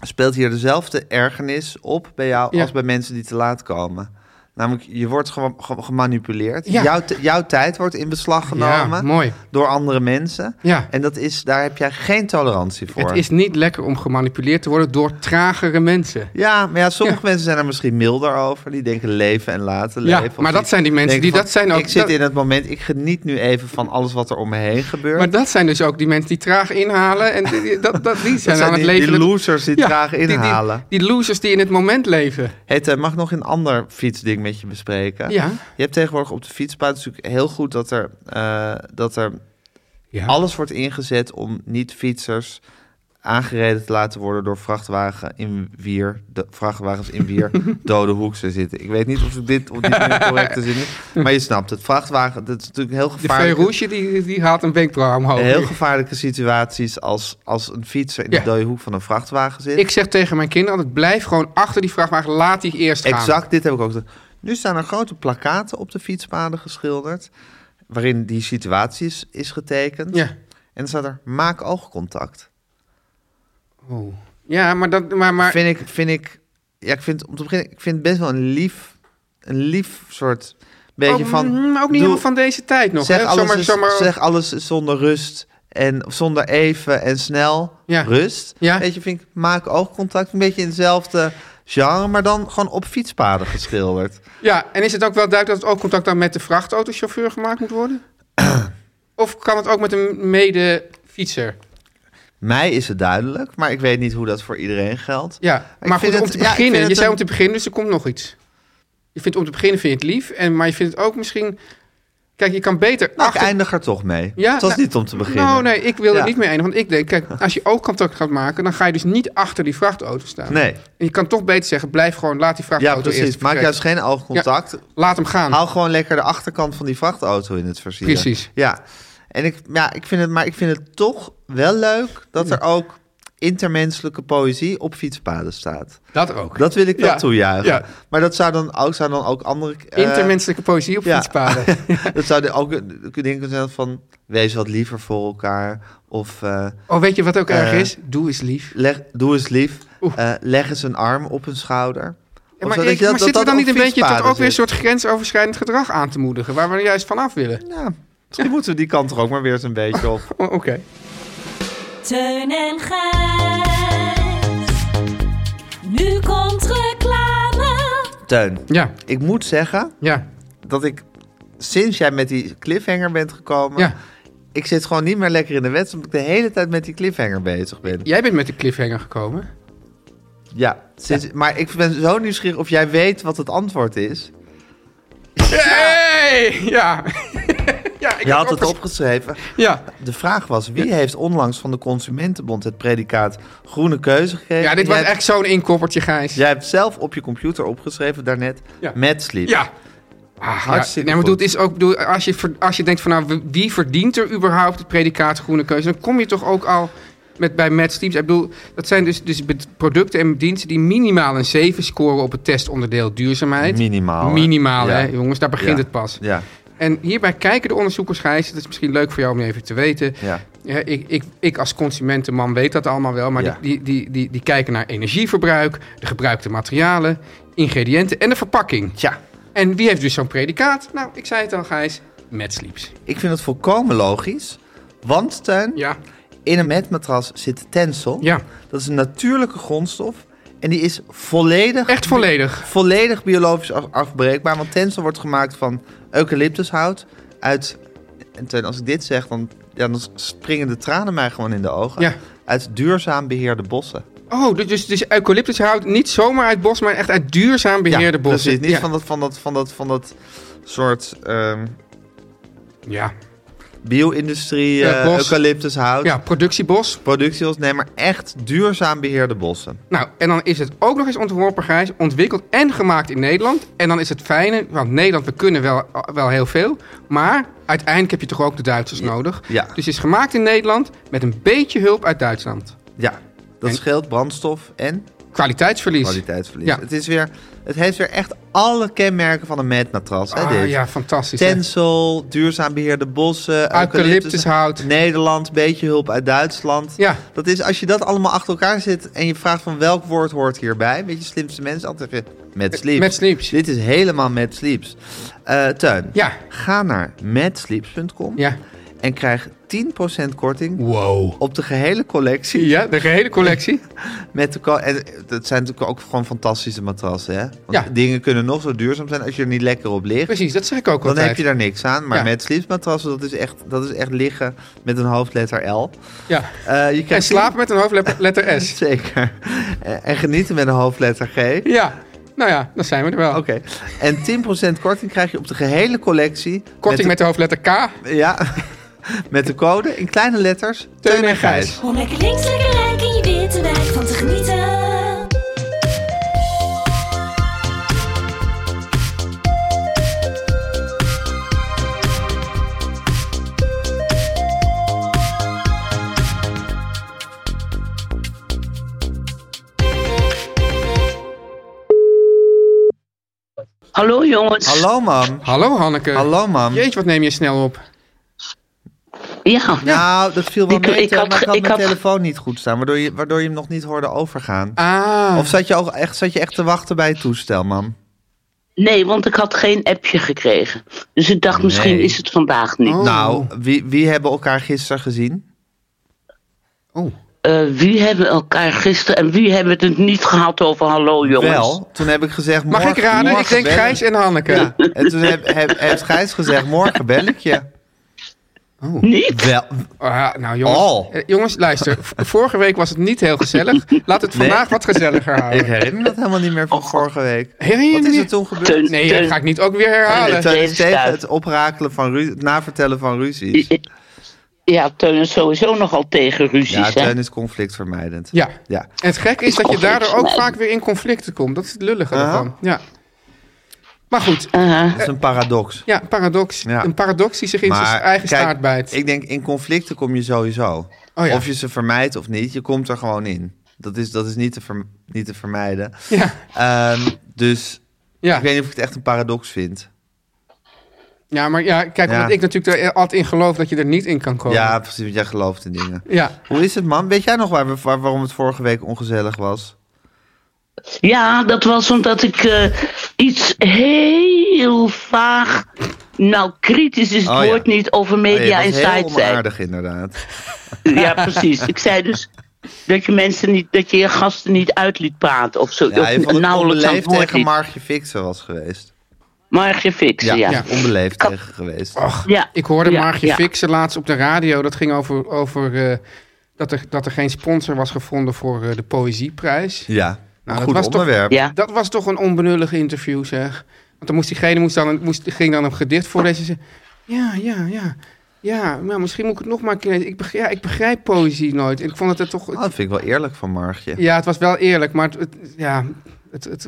S2: speelt hier dezelfde ergernis op bij jou
S4: Ja.
S2: als bij mensen die te laat komen. Namelijk, je wordt ge- ge- gemanipuleerd.
S4: Ja.
S2: Jouw, t- jouw tijd wordt in beslag genomen
S4: Ja, mooi.
S2: door andere mensen.
S4: Ja.
S2: En dat is, daar heb jij geen tolerantie voor.
S4: Het is niet lekker om gemanipuleerd te worden door tragere mensen.
S2: Ja, maar ja, sommige
S4: Ja.
S2: mensen zijn er misschien milder over. Die denken leven en laten
S4: Ja,
S2: leven. Of
S4: maar dat zijn die mensen
S2: denken
S4: die dat zijn ook-
S2: Ik zit
S4: dat-
S2: in het moment, ik geniet nu even van alles wat er om me heen gebeurt.
S4: Maar dat zijn dus ook die mensen die traag inhalen. En die, die- dat, dat, die zijn
S2: zijn
S4: aan het
S2: die-
S4: leven.
S2: die losers die traag
S4: die- die-
S2: inhalen.
S4: Die, losers die in het moment leven.
S2: Hey, Teun, eh, mag ik nog een ander fietsding met je bespreken?
S4: Ja.
S2: Je hebt tegenwoordig op de fietspad het is natuurlijk heel goed dat er, eh, dat er
S4: Ja.
S2: alles wordt ingezet om niet-fietsers aangereden te laten worden door vrachtwagen in wier, de vrachtwagens in
S4: [LAUGHS]
S2: wier dode hoeksen zitten. Ik weet niet of ik dit of dit nu correct te zin is, maar je snapt het. Vrachtwagen, dat is natuurlijk heel
S4: De Feu
S2: gevaarlijk.
S4: Rouge die, die haalt een wenkbrauw omhoog.
S2: Heel gevaarlijke situaties als, als een fietser in
S4: Ja.
S2: de dode hoek van een vrachtwagen zit.
S4: Ik zeg tegen mijn kinderen altijd, blijf gewoon achter die vrachtwagen. Laat die eerst gaan.
S2: Exact, dit heb ik ook gezegd. Nu staan er grote plakaten op de fietspaden geschilderd... waarin die situatie is, is getekend.
S4: Ja.
S2: En dan staat er, maak oogcontact.
S4: Oh. Ja, maar dat... Maar, maar,
S2: Vind ik, vind ik, ja, ik vind, om te beginnen, ik vind het best wel een lief, een lief soort beetje
S4: ook,
S2: van...
S4: mm, ook niet
S2: doe-
S4: helemaal van deze tijd nog.
S2: zeg,
S4: hè?
S2: alles
S4: Zomaar-
S2: is,
S4: zomaar-
S2: zeg alles is zonder rust en of zonder even en snel
S4: Ja.
S2: rust.
S4: Ja.
S2: Weet je, vind ik, maak oogcontact een beetje in hetzelfde genre... maar dan gewoon op fietspaden geschilderd.
S4: Ja, en is het ook wel duidelijk dat het ook contact dan met de vrachtautochauffeur gemaakt moet
S2: [CLEARS THROAT]
S4: worden? of kan het ook met een mede-fietser?
S2: Mij is het duidelijk, maar ik weet niet hoe dat voor iedereen geldt.
S4: Ja,
S2: Ik
S4: maar
S2: vind
S4: goed, om
S2: het-
S4: te
S2: ja, ik vind
S4: beginnen.
S2: het
S4: je zei
S2: een-
S4: om te beginnen, dus er komt nog iets. Je vindt om te beginnen vind je het lief, en, maar je vindt het ook misschien... Kijk, je kan beter
S2: Nou, ik
S4: achter...
S2: eindig er toch mee.
S4: Ja,
S2: het was
S4: nou-
S2: niet om te beginnen.
S4: Nou, nee, ik wil
S2: Ja.
S4: er niet mee eindigen. Want ik denk, kijk, als je ook contact gaat maken... dan ga je dus niet achter die vrachtauto staan.
S2: Nee.
S4: En je kan toch beter zeggen, blijf gewoon, laat die
S2: Ja,
S4: vrachtauto
S2: precies.
S4: eerst
S2: Maak juist
S4: vertrekken.
S2: geen oogcontact.
S4: Laat hem gaan.
S2: Haal gewoon lekker de achterkant van die vrachtauto in het versier.
S4: Precies.
S2: Ja. En ik, ja, ik vind het, maar ik vind het toch wel leuk dat er ook intermenselijke poëzie op fietspaden staat.
S4: Dat ook.
S2: Dat wil ik wel
S4: Ja.
S2: toejuichen.
S4: Ja.
S2: Maar dat zou dan ook, zou dan ook andere... eh,
S4: Intermenselijke poëzie op
S2: ja.
S4: fietspaden.
S2: [LAUGHS] dat zou ook ik denk zelf van... Wees wat liever voor elkaar. Of... eh,
S4: Oh, weet je wat ook erg
S2: Eh,
S4: is? Doe eens lief.
S2: Leg, doe eens lief.
S4: Oeh.
S2: Eh, leg eens een arm op een schouder.
S4: Ja,
S2: Of
S4: maar
S2: zo,
S4: ik,
S2: dat je dat-
S4: maar
S2: dat
S4: zitten we
S2: dat
S4: dan
S2: op
S4: niet een beetje toch
S2: fietspaden
S4: ook weer een
S2: zit.
S4: soort grensoverschrijdend gedrag aan te moedigen? Waar we nou juist vanaf willen.
S2: Ja, misschien moeten we die kant toch ook maar weer eens een beetje
S4: [LAUGHS]
S2: op.
S4: Oh, Oké.
S8: Teun en Gijs. Nu komt reclame.
S2: Teun,
S4: Ja,
S2: ik moet zeggen
S4: ja,
S2: dat ik sinds jij met die cliffhanger bent gekomen...
S4: ja.
S2: ik zit gewoon niet meer lekker in de wedstrijd... omdat ik de hele tijd met die cliffhanger bezig ben.
S4: Jij bent met de cliffhanger gekomen.
S2: Ja, sinds, maar ik ben zo nieuwsgierig of jij weet wat het antwoord is.
S4: Hey! Ja. [LAUGHS] ja, ik
S2: Je had het
S4: opges-
S2: opgeschreven.
S4: Ja.
S2: De vraag was, wie heeft onlangs van de Consumentenbond... het predicaat groene keuze gegeven?
S4: ja, dit
S2: Jij
S4: was
S2: hebt-
S4: echt zo'n inkoppertje, Gijs.
S2: Jij hebt zelf op je computer opgeschreven daarnet
S4: Ja.
S2: met sleep.
S4: Ja. Ah, ja.
S2: Hartstikke
S4: Nee, maar bedoel,
S2: goed.
S4: het is ook, bedoel, als, je, ver- als je denkt van nou, wie- wie verdient er überhaupt het predicaat groene keuze, dan kom je toch ook al met, bij Mad Teams. Ik bedoel, dat zijn dus, dus be- producten en diensten die minimaal een 7 scoren op het testonderdeel duurzaamheid.
S2: Minimaal, hè?
S4: Minimaal, hè,
S2: Ja.
S4: jongens, daar begint
S2: Ja.
S4: het pas.
S2: Ja,
S4: En hierbij kijken de onderzoekers, Gijs, dat is misschien leuk voor jou om even te weten.
S2: ja.
S4: Ja, ik, ik, ik als consumentenman weet dat allemaal wel, maar
S2: Ja.
S4: die, die, die, die kijken naar energieverbruik, de gebruikte materialen, ingrediënten en de verpakking.
S2: Tja,
S4: En wie heeft dus zo'n predicaat? Nou, ik zei het al, Gijs. Met sleeps.
S2: ik vind het volkomen logisch. Want, Teun,
S4: Ja.
S2: In een bedmatras zit tensel.
S4: Ja.
S2: Dat is een natuurlijke grondstof. En die is volledig,
S4: Echt volledig.
S2: volledig biologisch af- afbreekbaar. Want tensel wordt gemaakt van eucalyptushout. Uit, en ten, als ik dit zeg, dan, ja, dan springen de tranen mij gewoon in de ogen.
S4: Ja.
S2: Uit duurzaam beheerde bossen.
S4: Oh, dus- dus, dus eucalyptushout niet zomaar uit bos, maar echt uit duurzaam beheerde
S2: ja,
S4: bossen.
S2: Precies, niet
S4: ja.
S2: van, dat, van, dat, van, dat, van dat soort ehm
S4: ja.
S2: bio-industrie,
S4: Ja,
S2: eh,
S4: bos.
S2: eucalyptushout.
S4: ja, productiebos.
S2: Productiebos, nee, maar echt duurzaam beheerde bossen.
S4: Nou, en dan is het ook nog eens ontworpen, Gijs, ontwikkeld en gemaakt in Nederland. En dan is het fijne, want Nederland, we kunnen wel, wel heel veel. Maar uiteindelijk heb je toch ook de Duitsers nodig.
S2: ja.
S4: Dus het is gemaakt in Nederland met een beetje hulp uit Duitsland.
S2: Ja, dat
S4: En-
S2: scheelt brandstof en
S4: Kwaliteitsverlies.
S2: kwaliteitsverlies.
S4: Ja.
S2: Het, is weer, het heeft weer echt alle kenmerken van een matmatras. Hè,
S4: Ah,
S2: dit.
S4: ja, fantastisch. hè?
S2: Tensel, duurzaam beheerde bossen, eh,
S4: Eucalyptushout.
S2: Nederland, beetje hulp uit Duitsland.
S4: Ja.
S2: Dat is, als je dat allemaal achter elkaar zit en je vraagt van welk woord hoort hierbij, weet je, slimste mensen altijd zeggen met sleeps.
S4: Mad Eh, Sleeps.
S2: Dit is helemaal met sleeps. Eh Teun,
S4: Ja.
S2: ga naar madsleeps.com
S4: Ja.
S2: en krijg 10% korting
S4: Wow.
S2: op de gehele collectie.
S4: Ja, de gehele
S2: [LAUGHS]
S4: collectie.
S2: Met de ko- en dat zijn natuurlijk ook gewoon fantastische matrassen. Hè? Want
S4: Ja.
S2: dingen kunnen nog zo duurzaam zijn als je er niet lekker op ligt.
S4: Precies, dat zeg ik ook
S2: Dan
S4: altijd.
S2: heb je daar niks aan. Maar
S4: Ja.
S2: met sleepmatrassen, dat is, echt, dat is echt liggen met een hoofdletter L.
S4: Ja.
S2: Eh, je
S4: En
S2: krijgt
S4: slapen met een hoofdletter
S2: [LAUGHS]
S4: S.
S2: Zeker. Eh, En genieten met een hoofdletter G.
S4: Ja, nou ja, dan zijn we er wel.
S2: Oké. En 10% korting krijg je op de gehele collectie.
S4: Korting met
S2: met
S4: de hoofdletter K.
S2: de, Ja. [LAUGHS] Met de code in kleine letters.
S4: Teun en Gijs.
S8: Om lekker links, lekker rijk in je witte wijk van te genieten.
S9: Hallo jongens.
S2: Hallo mam.
S4: Hallo Hanneke.
S2: Hallo mam.
S4: Jeetje, wat neem je snel op.
S9: Ja.
S2: Nou, dat viel wel
S9: Ik-
S2: mee,
S9: ik
S2: Teun,
S9: had
S2: maar ik
S9: ge-
S2: had
S9: ik
S2: mijn
S9: had-
S2: telefoon niet goed staan, waardoor je, waardoor je hem nog niet hoorde overgaan.
S4: Ah,
S2: Of zat je, ook echt, zat je echt te wachten bij het toestel, mam?
S9: Nee, want ik had geen appje gekregen. Dus ik dacht, misschien
S2: Nee.
S9: is het vandaag niet.
S4: Oh.
S2: Nou, wie, wie hebben elkaar gisteren gezien?
S4: oh.
S9: Eh, wie hebben elkaar gisteren en wie hebben het niet gehad over hallo jongens?
S2: Wel, toen heb ik gezegd...
S4: Mag ik
S2: morgen-
S4: raden? Ik
S2: morgen
S4: denk
S2: bel ik-
S4: Gijs en Hanneke.
S2: Ja, en toen heb, heb, heeft Gijs gezegd, morgen bel ik je.
S9: Niet?
S2: Wel,
S4: Ah, nou jongens,
S2: Oh.
S4: Eh, jongens, luister. V- Vorige week was het niet heel
S2: [LAUGHS]
S4: gezellig. Laat het vandaag wat gezelliger
S2: ik
S4: houden.
S2: herinner me dat helemaal niet meer van vorige week.
S4: Oh, Herinner je
S2: Wat
S4: me
S2: is
S4: niet?
S2: er toen gebeurd?
S9: Teun,
S4: Nee, dat
S9: Teun,
S4: ga ik niet ook weer herhalen.
S9: Teun.
S2: Het is tegen
S9: thuis.
S2: het oprakelen van ruzie, het navertellen van ruzies.
S9: Ja, Teun is sowieso nogal tegen
S2: Ja,
S9: ruzies. hè?
S2: Teun is conflictvermijdend.
S4: Ja.
S2: Ja.
S4: En het gekke is dat je
S9: Conflict
S4: daardoor ook
S9: vermijden.
S4: vaak weer in conflicten komt. Dat is het lullige
S2: Aha.
S4: ervan. Ja. Maar goed,
S9: Aha.
S2: Dat is een paradox.
S4: ja, paradox.
S2: Ja.
S4: Een paradox die zich in zijn eigen
S2: kijk,
S4: staart bijt.
S2: Ik denk, in conflicten kom je sowieso.
S4: Oh ja.
S2: Of je ze vermijdt of niet, je komt er gewoon in. Dat is, dat is niet, te verm- niet te vermijden.
S4: Ja,
S2: Ehm, dus
S4: ja.
S2: ik weet niet of ik het echt een paradox vind.
S4: ja, maar ja, kijk,
S2: Ja.
S4: omdat ik natuurlijk er altijd in geloof dat je er niet in kan komen.
S2: Ja, precies, want jij gelooft in dingen.
S4: Ja.
S2: Hoe is het, man? Weet jij nog waar, we- waar- waarom het vorige week ongezellig was?
S9: Ja, dat was omdat ik eh, iets heel vaag. Nou, kritisch is het
S2: Oh, ja.
S9: woord niet over
S2: Oh, je
S9: media
S2: was
S9: en
S2: heel
S9: sites zijn.
S2: onaardig, inderdaad.
S9: Ja, precies. Ik zei dus dat je mensen niet, dat je je gasten niet uit liet praten of zo.
S2: Ja,
S9: [LAUGHS] Of
S2: je vond het
S9: nauwelijks aan
S2: onbeleefd
S9: het woord
S2: tegen
S9: liet.
S2: Margje Fixen was geweest.
S9: Margje fixen, ja.
S2: Ja,
S9: Ja,
S2: onbeleefd
S9: Kan-
S2: tegen geweest.
S9: ja.
S4: Ik hoorde
S9: ja,
S4: Margje
S9: ja.
S4: Fixen laatst op de radio. Dat ging over, over eh, dat, er, dat er geen sponsor was gevonden voor eh, de Poëzieprijs.
S2: Ja,
S4: Nou, dat
S2: goed
S4: was toch-
S2: onderwerp.
S9: Ja.
S4: Dat was toch een onbenullig interview, zeg. Want dan moest diegene moest dan, een- moest, ging dan een gedicht voorlezen. en Zei, ja, ja, ja. Ja, maar misschien moet ik het nog maar een keer lezen. Ik begrijp, ja, ik begrijp poëzie nooit. En ik vond het er toch...
S2: Oh, dat vind ik wel eerlijk van Margje.
S4: ja, het was wel eerlijk, maar het, het- ja, het, het,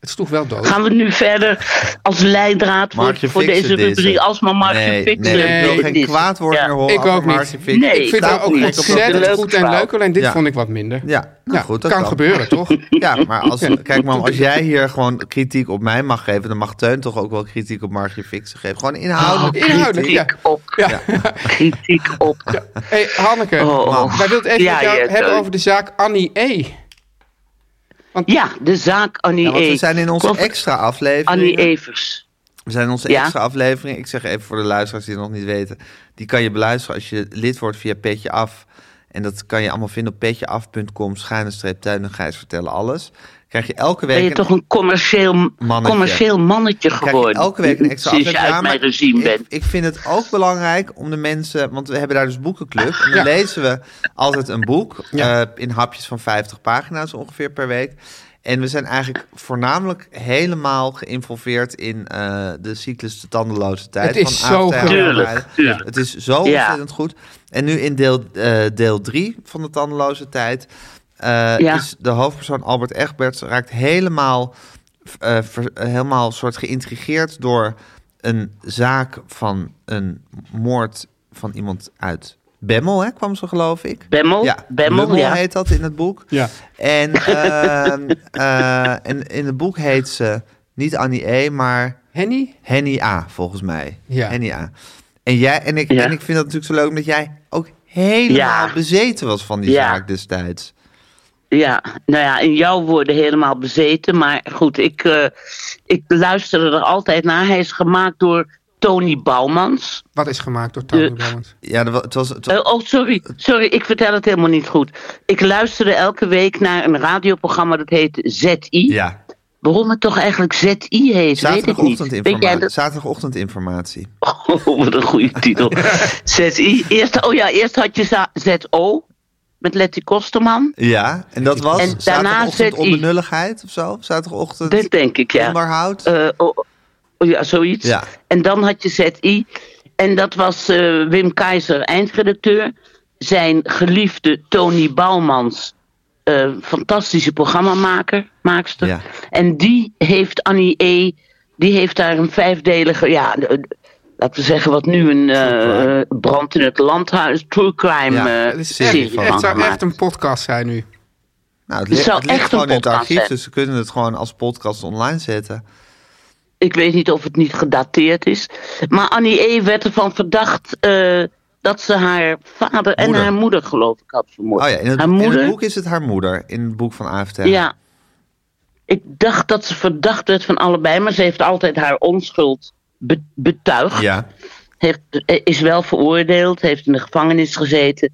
S4: het sloeg wel dood.
S9: Gaan we nu verder als leidraad voor,
S2: Margje
S9: voor
S2: Fixen
S9: deze rubriek
S2: dissen.
S9: alsmaar Margje
S2: nee,
S9: fixen?
S2: Nee, ik
S4: Nee,
S2: wil geen
S9: dissen.
S2: kwaad woord
S9: Ja.
S2: meer horen
S4: Ik
S2: over
S4: ook niet.
S2: Margje Fixen.
S9: Nee,
S4: ik vind
S9: dat
S4: haar ook
S9: niet.
S4: ontzettend
S9: Leuk
S4: goed en
S9: verhaal.
S4: leuk. Alleen dit
S2: Ja.
S4: vond ik wat minder.
S2: Ja, nou
S4: Ja,
S2: goed, dat
S4: kan,
S2: [LAUGHS]
S4: gebeuren, toch?
S2: Ja, maar als, kijk maar, als jij hier gewoon kritiek op mij mag geven, dan mag Teun toch ook wel kritiek op Margje Fixen geven. Gewoon inhoudelijk.
S4: Inhoudelijk, ja.
S9: Oh, Kritiek op.
S4: Ja.
S9: Kritiek op.
S4: Hé, hey, Hanneke.
S9: Oh.
S4: Wij willen het even
S9: Ja,
S4: met jou
S9: ja,
S4: hebben
S9: Teun.
S4: over de zaak Annie E.
S9: Ja, de zaak Annie
S2: Ja, want we
S9: E.
S2: zijn in onze
S9: Klopt.
S2: extra aflevering.
S9: Annie Evers.
S2: We zijn in onze
S9: Ah, Ja.
S2: extra aflevering. Ik zeg even voor de luisteraars die het nog niet weten. Die kan je beluisteren als je lid wordt via Petje Af. En dat kan je allemaal vinden op petjeaf.com. Schuine streep tuin en Gijs vertellen alles. Krijg je elke week...
S9: Ben je toch een commercieel mannetje, commercieel mannetje
S2: krijg je
S9: geworden?
S2: elke week een extra
S9: Sinds je
S2: aflevering.
S9: uit
S2: Ja,
S9: mijn
S2: maar
S9: regime
S2: ik,
S9: bent.
S2: Ik vind het ook belangrijk om de mensen... Want we hebben daar dus boekenclub. En dan
S4: Ja.
S2: lezen we altijd een boek.
S4: Ja.
S2: eh, in hapjes van 50 pagina's ongeveer per week. En we zijn eigenlijk voornamelijk helemaal geïnvolveerd in eh, de cyclus De Tandeloze Tijd.
S4: Het is
S2: van
S4: zo
S2: Aaftuin
S9: geweldig.
S2: Romeinen.
S9: Tuurlijk, tuurlijk.
S2: Het is zo
S9: Ja.
S2: ontzettend goed. En nu in deel 3 deel drie van De Tandeloze Tijd... eh,
S9: Ja.
S2: is de hoofdpersoon Albert Egberts raakt helemaal eh, ver- eh, helemaal soort geïntrigeerd door een zaak van een moord van iemand uit Bemmel, hè, kwam ze geloof ik.
S9: Bemmel? Bemmel,
S2: Lummel
S9: ja.
S2: heet dat in het boek.
S4: Ja. [LAUGHS]
S2: En, ehm, eh, en in het boek heet ze niet Annie E, maar
S4: Henny?
S2: Henny A, volgens mij.
S4: Ja.
S2: Henny A. En, jij, en, ik,
S9: Ja.
S2: en ik vind dat natuurlijk zo leuk omdat jij ook helemaal
S9: Ja.
S2: bezeten was van die
S9: Ja.
S2: zaak destijds.
S9: Ja, nou ja, in jouw woorden helemaal bezeten. Maar goed, ik, eh, ik luister er altijd naar. Hij is gemaakt door Tony Bouwmans.
S4: Wat is gemaakt door Tony
S9: Eh,
S4: Bowens?
S2: Ja, dat wa- het was, het was-
S9: Eh, oh, sorry, sorry, ik vertel het helemaal niet goed. Ik luisterde elke week naar een radioprogramma dat heet ZI.
S2: ja.
S9: Waarom het toch eigenlijk ZI heet, weet ik niet. Weet jij
S2: Zaterdagochtendinformatie.
S9: dat? [LAUGHS]
S2: Zaterdagochtendinformatie.
S9: Oh, wat een goede
S2: [LAUGHS]
S9: titel. ZI. Eerst, oh ja, eerst had je za- ZO met Letty Kosterman.
S2: Ja, en dat was
S9: En daarna
S2: zaterdagochtend
S9: ZI.
S2: onbenulligheid of zo? Zaterdagochtend
S9: Dat denk ik, ja.
S2: onderhoud?
S9: Eh, oh, oh ja, zoiets.
S2: Ja.
S9: En dan had je ZI. En dat was eh, Wim Keizer, eindredacteur. Zijn geliefde Tony Bouwmans, eh, fantastische programmamaker, maakster.
S2: Ja.
S9: En die heeft Annie E. Die heeft daar een vijfdelige, ja, eh, laten we zeggen wat nu een eh, brand in het landhuis, true crime
S2: Ja,
S9: eh,
S4: Het is echt,
S9: serie
S2: van
S4: het
S9: van E.
S4: zou echt
S9: gemaakt.
S4: een podcast zijn nu.
S2: nou, het,
S9: het
S2: li-
S9: zou
S2: het ligt
S9: echt
S2: gewoon
S9: een
S2: in het
S9: podcast
S2: archief,
S9: zijn.
S2: dus ze kunnen het gewoon als podcast online zetten.
S9: Ik weet niet of het niet gedateerd is. Maar Annie E. werd ervan verdacht eh, dat ze haar vader en
S2: Moeder.
S9: haar moeder, geloof ik, had vermoord.
S2: Oh ja, in het,
S9: haar
S2: in het
S9: moeder?
S2: boek is het haar moeder, in het boek van AFT.
S9: ja. Ik dacht dat ze verdacht werd van allebei, maar ze heeft altijd haar onschuld be- betuigd.
S2: Ja.
S9: Heeft, eh, is wel veroordeeld, heeft in de gevangenis gezeten.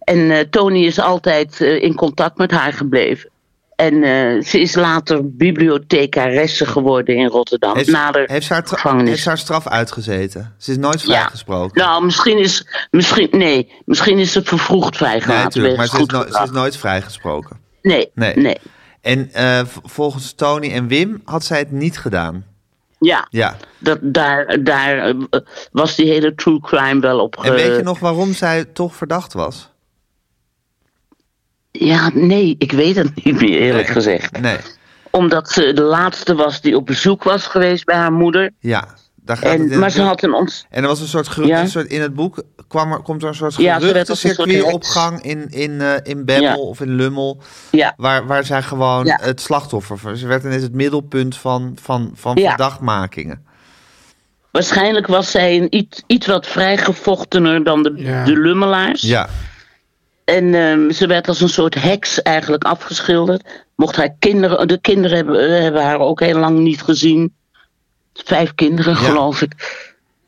S9: En eh, Tony is altijd eh, in contact met haar gebleven. En eh, ze is later bibliothecaresse geworden in Rotterdam.
S2: Heeft,
S9: na de
S2: heeft, ze haar tra-
S9: gevangenis.
S2: heeft ze haar straf uitgezeten? Ze is nooit vrijgesproken.
S9: Nou, misschien is, misschien, nee, misschien is ze vervroegd
S2: nee,
S9: vrijgelaten.
S2: natuurlijk, maar
S9: wegens
S2: ze is,
S9: goed
S2: no- ze
S9: gedrag.
S2: is nooit vrijgesproken.
S9: nee,
S2: Nee.
S9: nee,
S2: En eh, v- volgens Tony en Wim had zij het niet gedaan.
S9: Ja,
S2: Ja.
S9: Dat, daar, daar eh, was die hele true crime wel op.
S2: En
S9: ge-
S2: weet je nog waarom zij toch verdacht was?
S9: Ja, nee, ik weet het niet meer, eerlijk
S2: Nee.
S9: gezegd.
S2: Nee.
S9: Omdat ze de laatste was die op bezoek was geweest bij haar moeder.
S2: Ja. Daar gaat het in
S9: En,
S2: het
S9: maar ze
S2: boek-
S9: had een ont...
S2: En er was een soort, gerucht,
S9: Ja.
S2: een soort in het boek kwam er, komt er een soort
S9: Ja, ze werd als een
S2: geruchtencircuit
S9: soort
S2: op gang in, in, eh, in Bemmel
S9: Ja.
S2: of in Lummel.
S9: Ja,
S2: Waar, waar zij gewoon
S9: Ja.
S2: het slachtoffer van. Ze werd ineens het middelpunt van, van, van
S9: Ja.
S2: verdachtmakingen.
S9: waarschijnlijk was zij een iets, iets wat vrijgevochtener dan de,
S4: Ja.
S9: de lummelaars.
S2: Ja,
S9: En ehm, ze werd als een soort heks eigenlijk afgeschilderd. Mocht haar kinderen, de kinderen hebben, eh, hebben haar ook heel lang niet gezien. Vijf kinderen, geloof ik.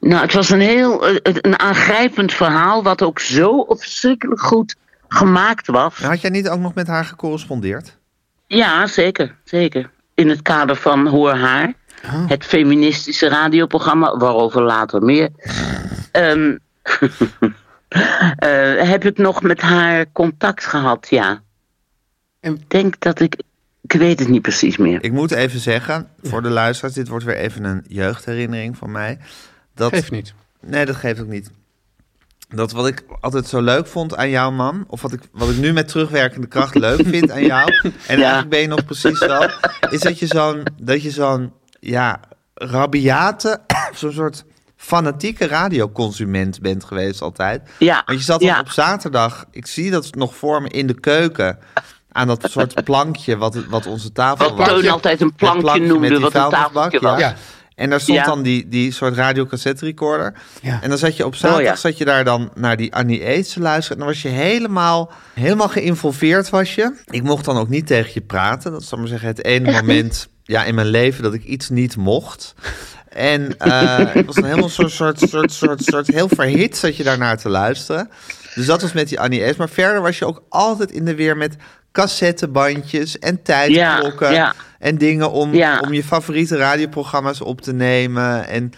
S9: Nou, het was een heel eh, een aangrijpend verhaal, wat ook zo verschrikkelijk goed gemaakt was.
S2: En had jij niet ook nog met haar gecorrespondeerd?
S9: Ja, zeker, zeker. In het kader van Hoor Haar,
S2: Oh.
S9: het feministische radioprogramma, waarover later meer. Ehm, [LAUGHS] eh, heb ik nog met haar contact gehad, ja.
S4: En-
S9: Ik denk dat ik. Ik weet het niet precies meer.
S2: Ik moet even zeggen, voor de luisteraars, dit wordt weer even een jeugdherinnering van mij. Dat,
S4: Geeft niet.
S2: Nee, dat geeft ook niet. Dat wat ik altijd zo leuk vond aan jouw mam, of wat ik, wat ik nu met terugwerkende
S9: [LAUGHS]
S2: kracht leuk vind aan jou, en eigenlijk ben je nog precies dat, is dat je zo'n, dat je zo'n, ja, rabiate, [COUGHS] zo'n soort fanatieke radioconsument bent geweest altijd.
S9: Ja,
S2: Want je zat dan
S9: ja.
S2: op zaterdag, ik zie dat nog voor me in de keuken, aan dat soort plankje wat, wat onze tafel
S9: Wat
S2: was.
S9: Teun altijd een plankje,
S2: Het plankje met
S9: noemde,
S2: die
S9: wat een
S2: vuilnisbak,
S9: tafeltje was.
S4: Ja.
S2: En daar stond
S9: Ja.
S2: dan die, die soort radiocassette recorder.
S4: Ja.
S2: En dan zat je op zaterdag
S9: Oh, ja.
S2: zat je daar dan naar die Annie Aids te luisteren. En dan was je helemaal, helemaal geïnvolveerd was je. Ik mocht dan ook niet tegen je praten. Dat is dan maar zeggen het ene moment ja, in mijn leven dat ik iets niet mocht. En eh, het was een helemaal soort, soort, soort, soort, soort heel verhit zat je daarnaar te luisteren. Dus dat was met die Annie S. Maar verder was je ook altijd in de weer met cassettebandjes en tijdklokken.
S9: Ja, ja.
S2: En dingen om,
S9: Ja.
S2: om je favoriete radioprogramma's op te nemen. En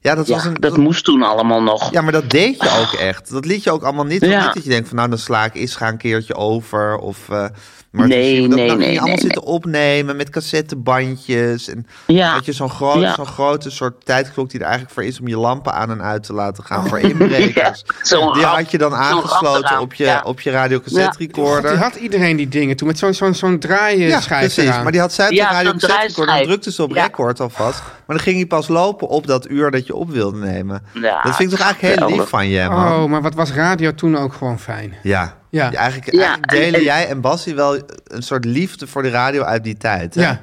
S2: ja, dat
S9: Ja,
S2: was een...
S9: dat moest toen allemaal nog.
S2: Ja, maar dat deed je ook echt. Dat liet je ook allemaal niet.
S9: Ja.
S2: Niet dat je denkt van nou, dan sla ik eens ga een keertje over. Of, eh, maar
S9: Nee,
S2: dat
S9: nee,
S2: dan
S9: nee,
S2: ging je allemaal
S9: nee,
S2: zitten opnemen met cassettebandjes. En
S9: Ja.
S2: dat je zo'n groot,
S9: Ja.
S2: zo'n grote soort tijdklok die er eigenlijk voor is om je lampen aan en uit te laten gaan
S9: [LAUGHS]
S2: voor inbrekers.
S9: Ja, zo'n
S2: die
S9: rap-
S2: had je dan
S9: zo'n
S2: aangesloten
S9: rapraam,
S2: op je,
S9: ja.
S2: op je radiocassette
S9: Ja.
S4: God,
S2: recorder.
S4: die had iedereen die dingen toen met zo'n zo'n zo'n
S2: Ja,
S4: draaienschijf
S2: precies.
S4: eraan.
S2: Maar die had zij op
S9: Ja,
S2: de radio
S9: zo'n
S2: cassette recorder. Dan
S9: draaischijf.
S2: drukte ze op
S9: Ja.
S2: record alvast. Maar dan ging hij pas lopen op dat uur dat je op wilde nemen.
S9: Ja,
S2: dat vind ik toch eigenlijk heel lief
S9: geweldig.
S2: van je, man.
S4: Oh, maar wat was radio toen ook gewoon fijn.
S2: Ja.
S4: Ja.
S2: Eigenlijk,
S9: Ja,
S2: eigenlijk
S9: en-
S2: delen
S9: en-
S2: jij en Bassie wel een soort liefde voor de radio uit die tijd. Hè?
S4: Ja.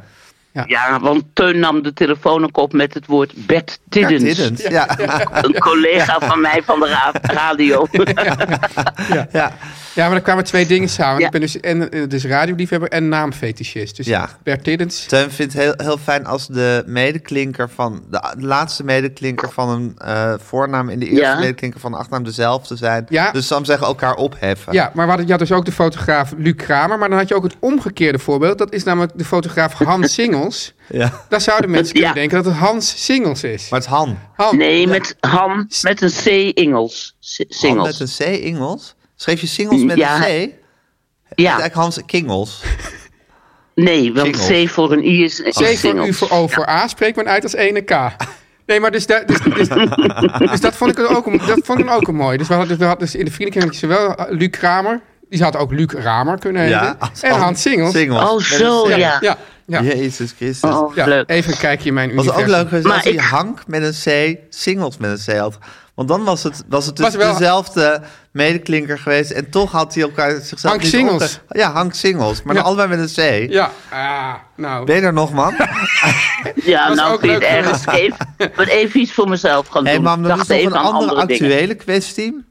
S9: Ja, want Teun nam de telefoon ook op met het woord Bert
S2: Ja,
S9: Tiddens.
S2: Tiddens. Ja. [LAUGHS] Ja.
S9: [LAUGHS] Een collega van mij van de ra-
S2: [LAUGHS]
S9: radio.
S2: ja.
S4: Ja, maar er kwamen twee dingen samen.
S9: Ja.
S4: Ik ben dus, en, eh, dus radioliefhebber en naamfetischist. Dus
S2: Ja.
S4: Bert Tiddens.
S2: Teun vindt het heel, heel fijn als de medeklinker van de a- laatste medeklinker van een eh, voornaam in de eerste
S9: Ja.
S2: medeklinker van de achternaam dezelfde zijn.
S4: Ja.
S2: Dus Sam zeggen elkaar opheffen.
S4: Ja, maar we hadden, je had dus ook de fotograaf Luc Kramer. Maar dan had je ook het omgekeerde voorbeeld. Dat is namelijk de fotograaf
S2: [LAUGHS]
S4: Hans Singels.
S2: Ja.
S4: Dan zouden mensen kunnen
S9: Ja.
S4: denken dat het Hans Singels is.
S2: Maar het is Han.
S4: Han,
S9: Nee, met Han, met een C Ingels. S-
S2: Han
S9: Singels.
S2: met een C, Ingels. Schreef je singels met
S9: Ja.
S2: een C? Het is
S9: ja,
S2: Eigenlijk Hans Kingels.
S9: nee, want
S2: Singels.
S9: C voor een I is een
S4: C voor
S9: Singels.
S4: U voor O voor A spreekt men uit als ene K. Nee, maar dus, daar- dus, dus, dus dat vond ik dan ook, een- dat vond ik dan ook een mooi. Dus we hadden, we hadden dus in de vriendenkring zowel eh, Luc Kramer. Die had ook Luc Ramer kunnen heten.
S2: als
S4: en Hans Singels.
S9: Oh,
S2: met een
S9: zo,
S2: C.
S9: ja.
S4: Ja, ja.
S2: Jezus Christus.
S9: Oh,
S4: Ja,
S9: leuk.
S4: even een kijkje in mijn
S2: Was ook
S4: universum.
S2: leuk geweest
S9: Maar
S2: als hij
S9: ik-
S2: Hank met een C, Singles met een C had. Want dan was het, was het dus
S4: Was wel-
S2: dezelfde medeklinker geweest. En toch had hij elkaar zichzelf
S4: Hank
S2: niet
S4: Singels.
S2: opge- Ja, Hank Singles. Maar
S4: Ja.
S2: dan allebei met een C.
S4: Ja, ah, nou.
S2: Ben je er nog,
S9: [LAUGHS]
S2: man?
S9: Ja,
S4: was
S9: nou
S4: ook
S9: vind ik het
S2: [LAUGHS]
S4: leuk
S9: ergens even, maar even iets voor mezelf gaan
S2: Hé,
S9: doen.
S2: mam, dat
S9: Dacht
S2: is nog
S9: even
S2: een
S9: aan
S2: andere,
S9: dingen.
S2: actuele kwestie.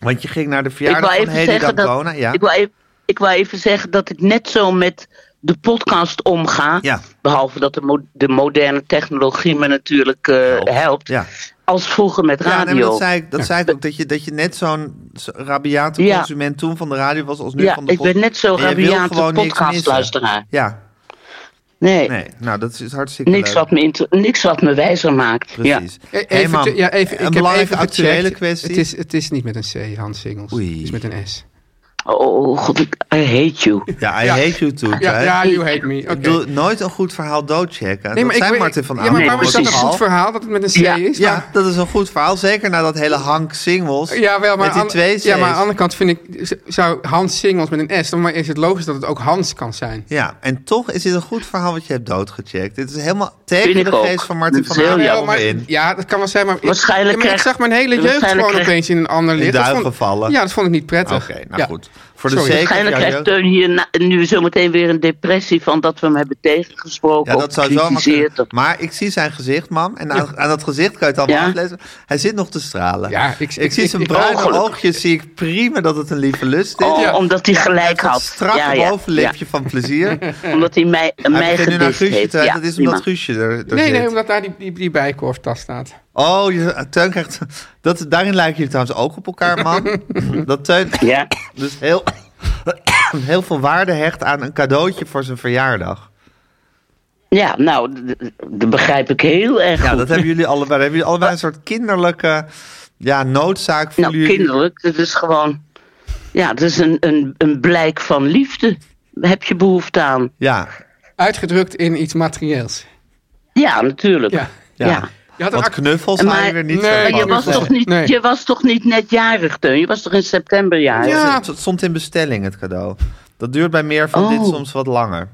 S2: Want je ging naar de
S9: Ik wil
S2: verjaardag van
S9: even
S2: Hedy
S9: zeggen dat
S2: Dancona. Ja.
S9: ik wil even, ik wil even zeggen dat ik net zo met de podcast omga,
S2: Ja.
S9: behalve dat de, mo- de moderne technologie me natuurlijk eh, helpt,
S2: Ja.
S9: als vroeger met
S2: Ja, nee, maar
S9: radio.
S2: dat zei ik, dat zei ik ook. Dat je, dat je net zo'n zo- rabiate
S9: Ja.
S2: consument toen van de radio was als nu
S9: Ja,
S2: van de
S9: ik ben
S2: pod-
S9: net zo'n
S2: En je wil
S9: rabiate
S2: gewoon niks
S9: podcastluisteraar.
S2: missen. Ja,
S9: nee,
S2: nee. Nou, dat is hartstikke
S9: niks,
S2: leuk.
S9: wat me inter- niks wat me wijzer maakt.
S2: Precies.
S4: E-
S2: Hey,
S4: Even,
S2: mam,
S4: te- ja, even, ik
S2: een
S4: heb
S2: belangrijke
S4: even
S2: actuele
S4: gecheckt.
S2: kwestie.
S4: Het is, het is niet met een C, Hans Singels.
S2: Oei.
S4: Het is met een S.
S9: Ja. Oh, god, ik, I hate you.
S2: Ja, I
S4: Ja.
S2: hate you too,
S4: Ja,
S2: Thijs.
S4: ja you hate me. Oké.
S2: Doe nooit een goed verhaal doodchecken.
S4: Nee,
S2: dat
S4: ik
S2: zei
S4: weet-
S2: Martin van
S4: Ja, maar
S2: Aanholt
S4: waarom is dat een
S2: ook al.
S4: goed verhaal dat het met een C
S9: Ja.
S4: is?
S2: Ja, dat is een goed verhaal. Zeker na dat hele Hank Singles.
S4: Ja, wel, maar,
S2: met die
S4: aan-
S2: twee C's.
S4: ja, maar aan de andere kant vind ik, z- zou Hans Singels met een S, dan maar is het logisch dat het ook Hans kan zijn.
S2: Ja, en toch is dit een goed verhaal wat je hebt doodgecheckt. Dit is helemaal tegen
S9: Vind ik
S2: de geest
S9: ook.
S2: van Martin
S9: Dat
S2: van
S9: is heel
S2: Aanholt
S9: jammer.
S2: maar
S4: maar,
S2: in.
S4: ja, dat kan wel zijn, maar, ik-
S9: Waarschijnlijk
S4: ja, maar ik
S9: krijg-
S4: zag mijn hele jeugd
S9: waarschijnlijk
S4: gewoon
S9: krijg-
S4: opeens in een ander licht. Dat
S2: duigen
S4: vond-
S2: vallen.
S4: Ja, dat vond ik niet
S2: Oké,
S4: prettig.
S2: nou
S4: Ja.
S2: goed. Voor de
S4: Sorry.
S2: zeker
S9: Waarschijnlijk
S2: van
S9: krijgt
S2: jou-
S9: Teun hier na- nu zometeen weer een depressie van dat we hem hebben tegengesproken.
S2: Ja,
S9: of
S2: dat zou zomaar
S9: gekritiseerd
S2: kunnen.
S9: of-
S2: Maar ik zie zijn gezicht, mam. En aan, aan dat gezicht kan je het allemaal
S9: Ja.
S2: aflezen. Hij zit nog te stralen.
S4: Ja, ik-
S2: ik,
S4: ik-
S2: zie
S4: ik-
S2: zijn
S4: ik-
S2: bruine
S9: oh, gelukkig.
S2: oogjes. Zie ik prima dat het een lieve lust is.
S9: Oh,
S4: Ja.
S9: omdat hij
S2: Hij
S9: gelijk
S2: heeft dat
S9: had.
S2: strakke
S9: ja, ja,
S2: bovenlipje van
S4: [LAUGHS]
S2: plezier.
S9: ja. Omdat hij mij, mij
S2: Hij begint nu naar
S9: gedist
S2: Guusje
S9: heeft.
S2: te
S9: Ja,
S2: Dat is
S9: prima.
S2: omdat Guusje er, er
S4: Nee,
S2: zit.
S4: nee, omdat daar die, die, die bijkorftas staat.
S2: Oh, je, Teun krijgt... [LAUGHS] Dat, daarin lijken jullie trouwens ook op elkaar, man.
S4: [LAUGHS]
S2: dat Teun
S9: Ja.
S2: dus heel, [COUGHS] heel veel waarde hecht aan een cadeautje voor zijn verjaardag.
S9: ja, nou, d- d- dat begrijp ik heel erg
S2: Ja,
S9: goed.
S2: dat hebben jullie allebei. Daar hebben jullie allebei een soort kinderlijke ja, noodzaak. voor
S9: Nou,
S2: jullie.
S9: kinderlijk, dat is gewoon... Ja, dat is een, een, een blijk van liefde. Heb je behoefte aan?
S2: Ja,
S4: Uitgedrukt in iets materieels.
S9: Ja, natuurlijk.
S4: Ja.
S2: ja.
S9: Ja.
S4: Je had een
S2: Want
S4: act-
S2: knuffels maar, je
S9: Maar-
S2: weer niet
S4: Nee,
S2: zo
S9: Maar je
S2: van.
S9: was,
S4: Nee.
S9: toch niet,
S4: Nee.
S9: je was toch niet net jarig, Teun? Je was toch in september jarig?
S4: Ja.
S2: Het stond in bestelling, het cadeau. Dat duurt bij meer van
S9: Oh.
S2: dit soms wat langer.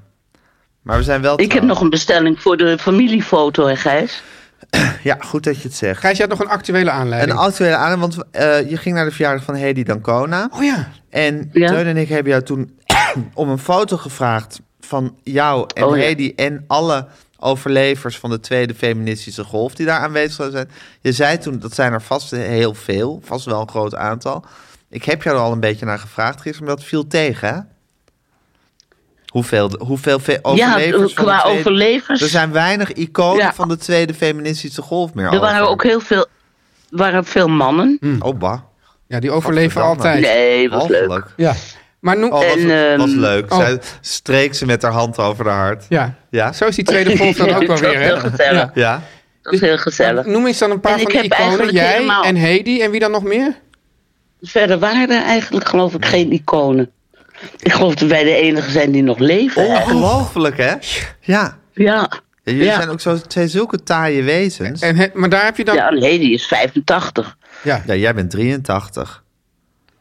S2: Maar we zijn wel
S9: Ik heb
S2: trouw.
S9: nog een bestelling voor de familiefoto, hè, Gijs?
S2: Ja, goed dat je het zegt.
S4: Gijs, je had nog een actuele
S2: Een
S4: aanleiding.
S2: actuele aan, want eh, je ging naar de verjaardag van Hedy Dancona.
S4: oh ja.
S2: En
S9: Ja.
S2: Teun en ik hebben jou toen [COUGHS] om een foto gevraagd van jou en
S9: Oh, ja.
S2: Hedy en alle overlevers van de tweede feministische golf die daar aanwezig zouden zijn. Je zei toen, dat zijn er vast heel veel, vast wel een groot aantal. Ik heb jou er al een beetje naar gevraagd gisteren, maar dat viel tegen, hè? Hoeveel, hoeveel ve-
S9: Ja, eh,
S2: overlevers? van de
S9: qua
S2: tweede-
S9: overlevers.
S2: Er zijn weinig iconen
S9: Ja.
S2: van de tweede feministische golf meer.
S9: Er waren
S2: over.
S9: ook heel veel, waren veel mannen.
S2: Oh, bah.
S4: Ja, die overleven
S2: Godverdamme.
S4: altijd.
S9: Nee, was leuk.
S2: Walgelijk.
S4: Ja. Maar noem...
S2: Oh, was,
S9: En, ehm,
S2: was leuk.
S4: oh.
S2: Zij streek ze met haar hand over haar hart.
S4: Ja.
S2: Ja?
S4: Zo is die tweede golf dan
S9: Ja,
S4: ook wel
S9: dat
S4: weer,
S9: was heel
S4: hè?
S9: gezellig.
S4: Ja.
S2: Ja?
S9: Dat was heel gezellig.
S4: Noem eens dan een
S9: En
S4: paar van
S9: ik
S4: de
S9: heb
S4: iconen.
S9: eigenlijk
S4: Jij
S9: helemaal-
S4: en Hedy en wie dan nog meer?
S9: Verder waren er eigenlijk, geloof ik, geen iconen. Ik geloof dat wij de enige zijn die nog leven.
S2: Ongelooflijk, hè? Ja.
S9: Ja.
S2: Ja, Jullie
S9: Ja.
S2: zijn ook zo, twee zulke taaie wezens.
S4: En, he- maar daar heb je dan...
S9: ja, nee, die is 85.
S4: Ja.
S2: Ja, jij bent 83.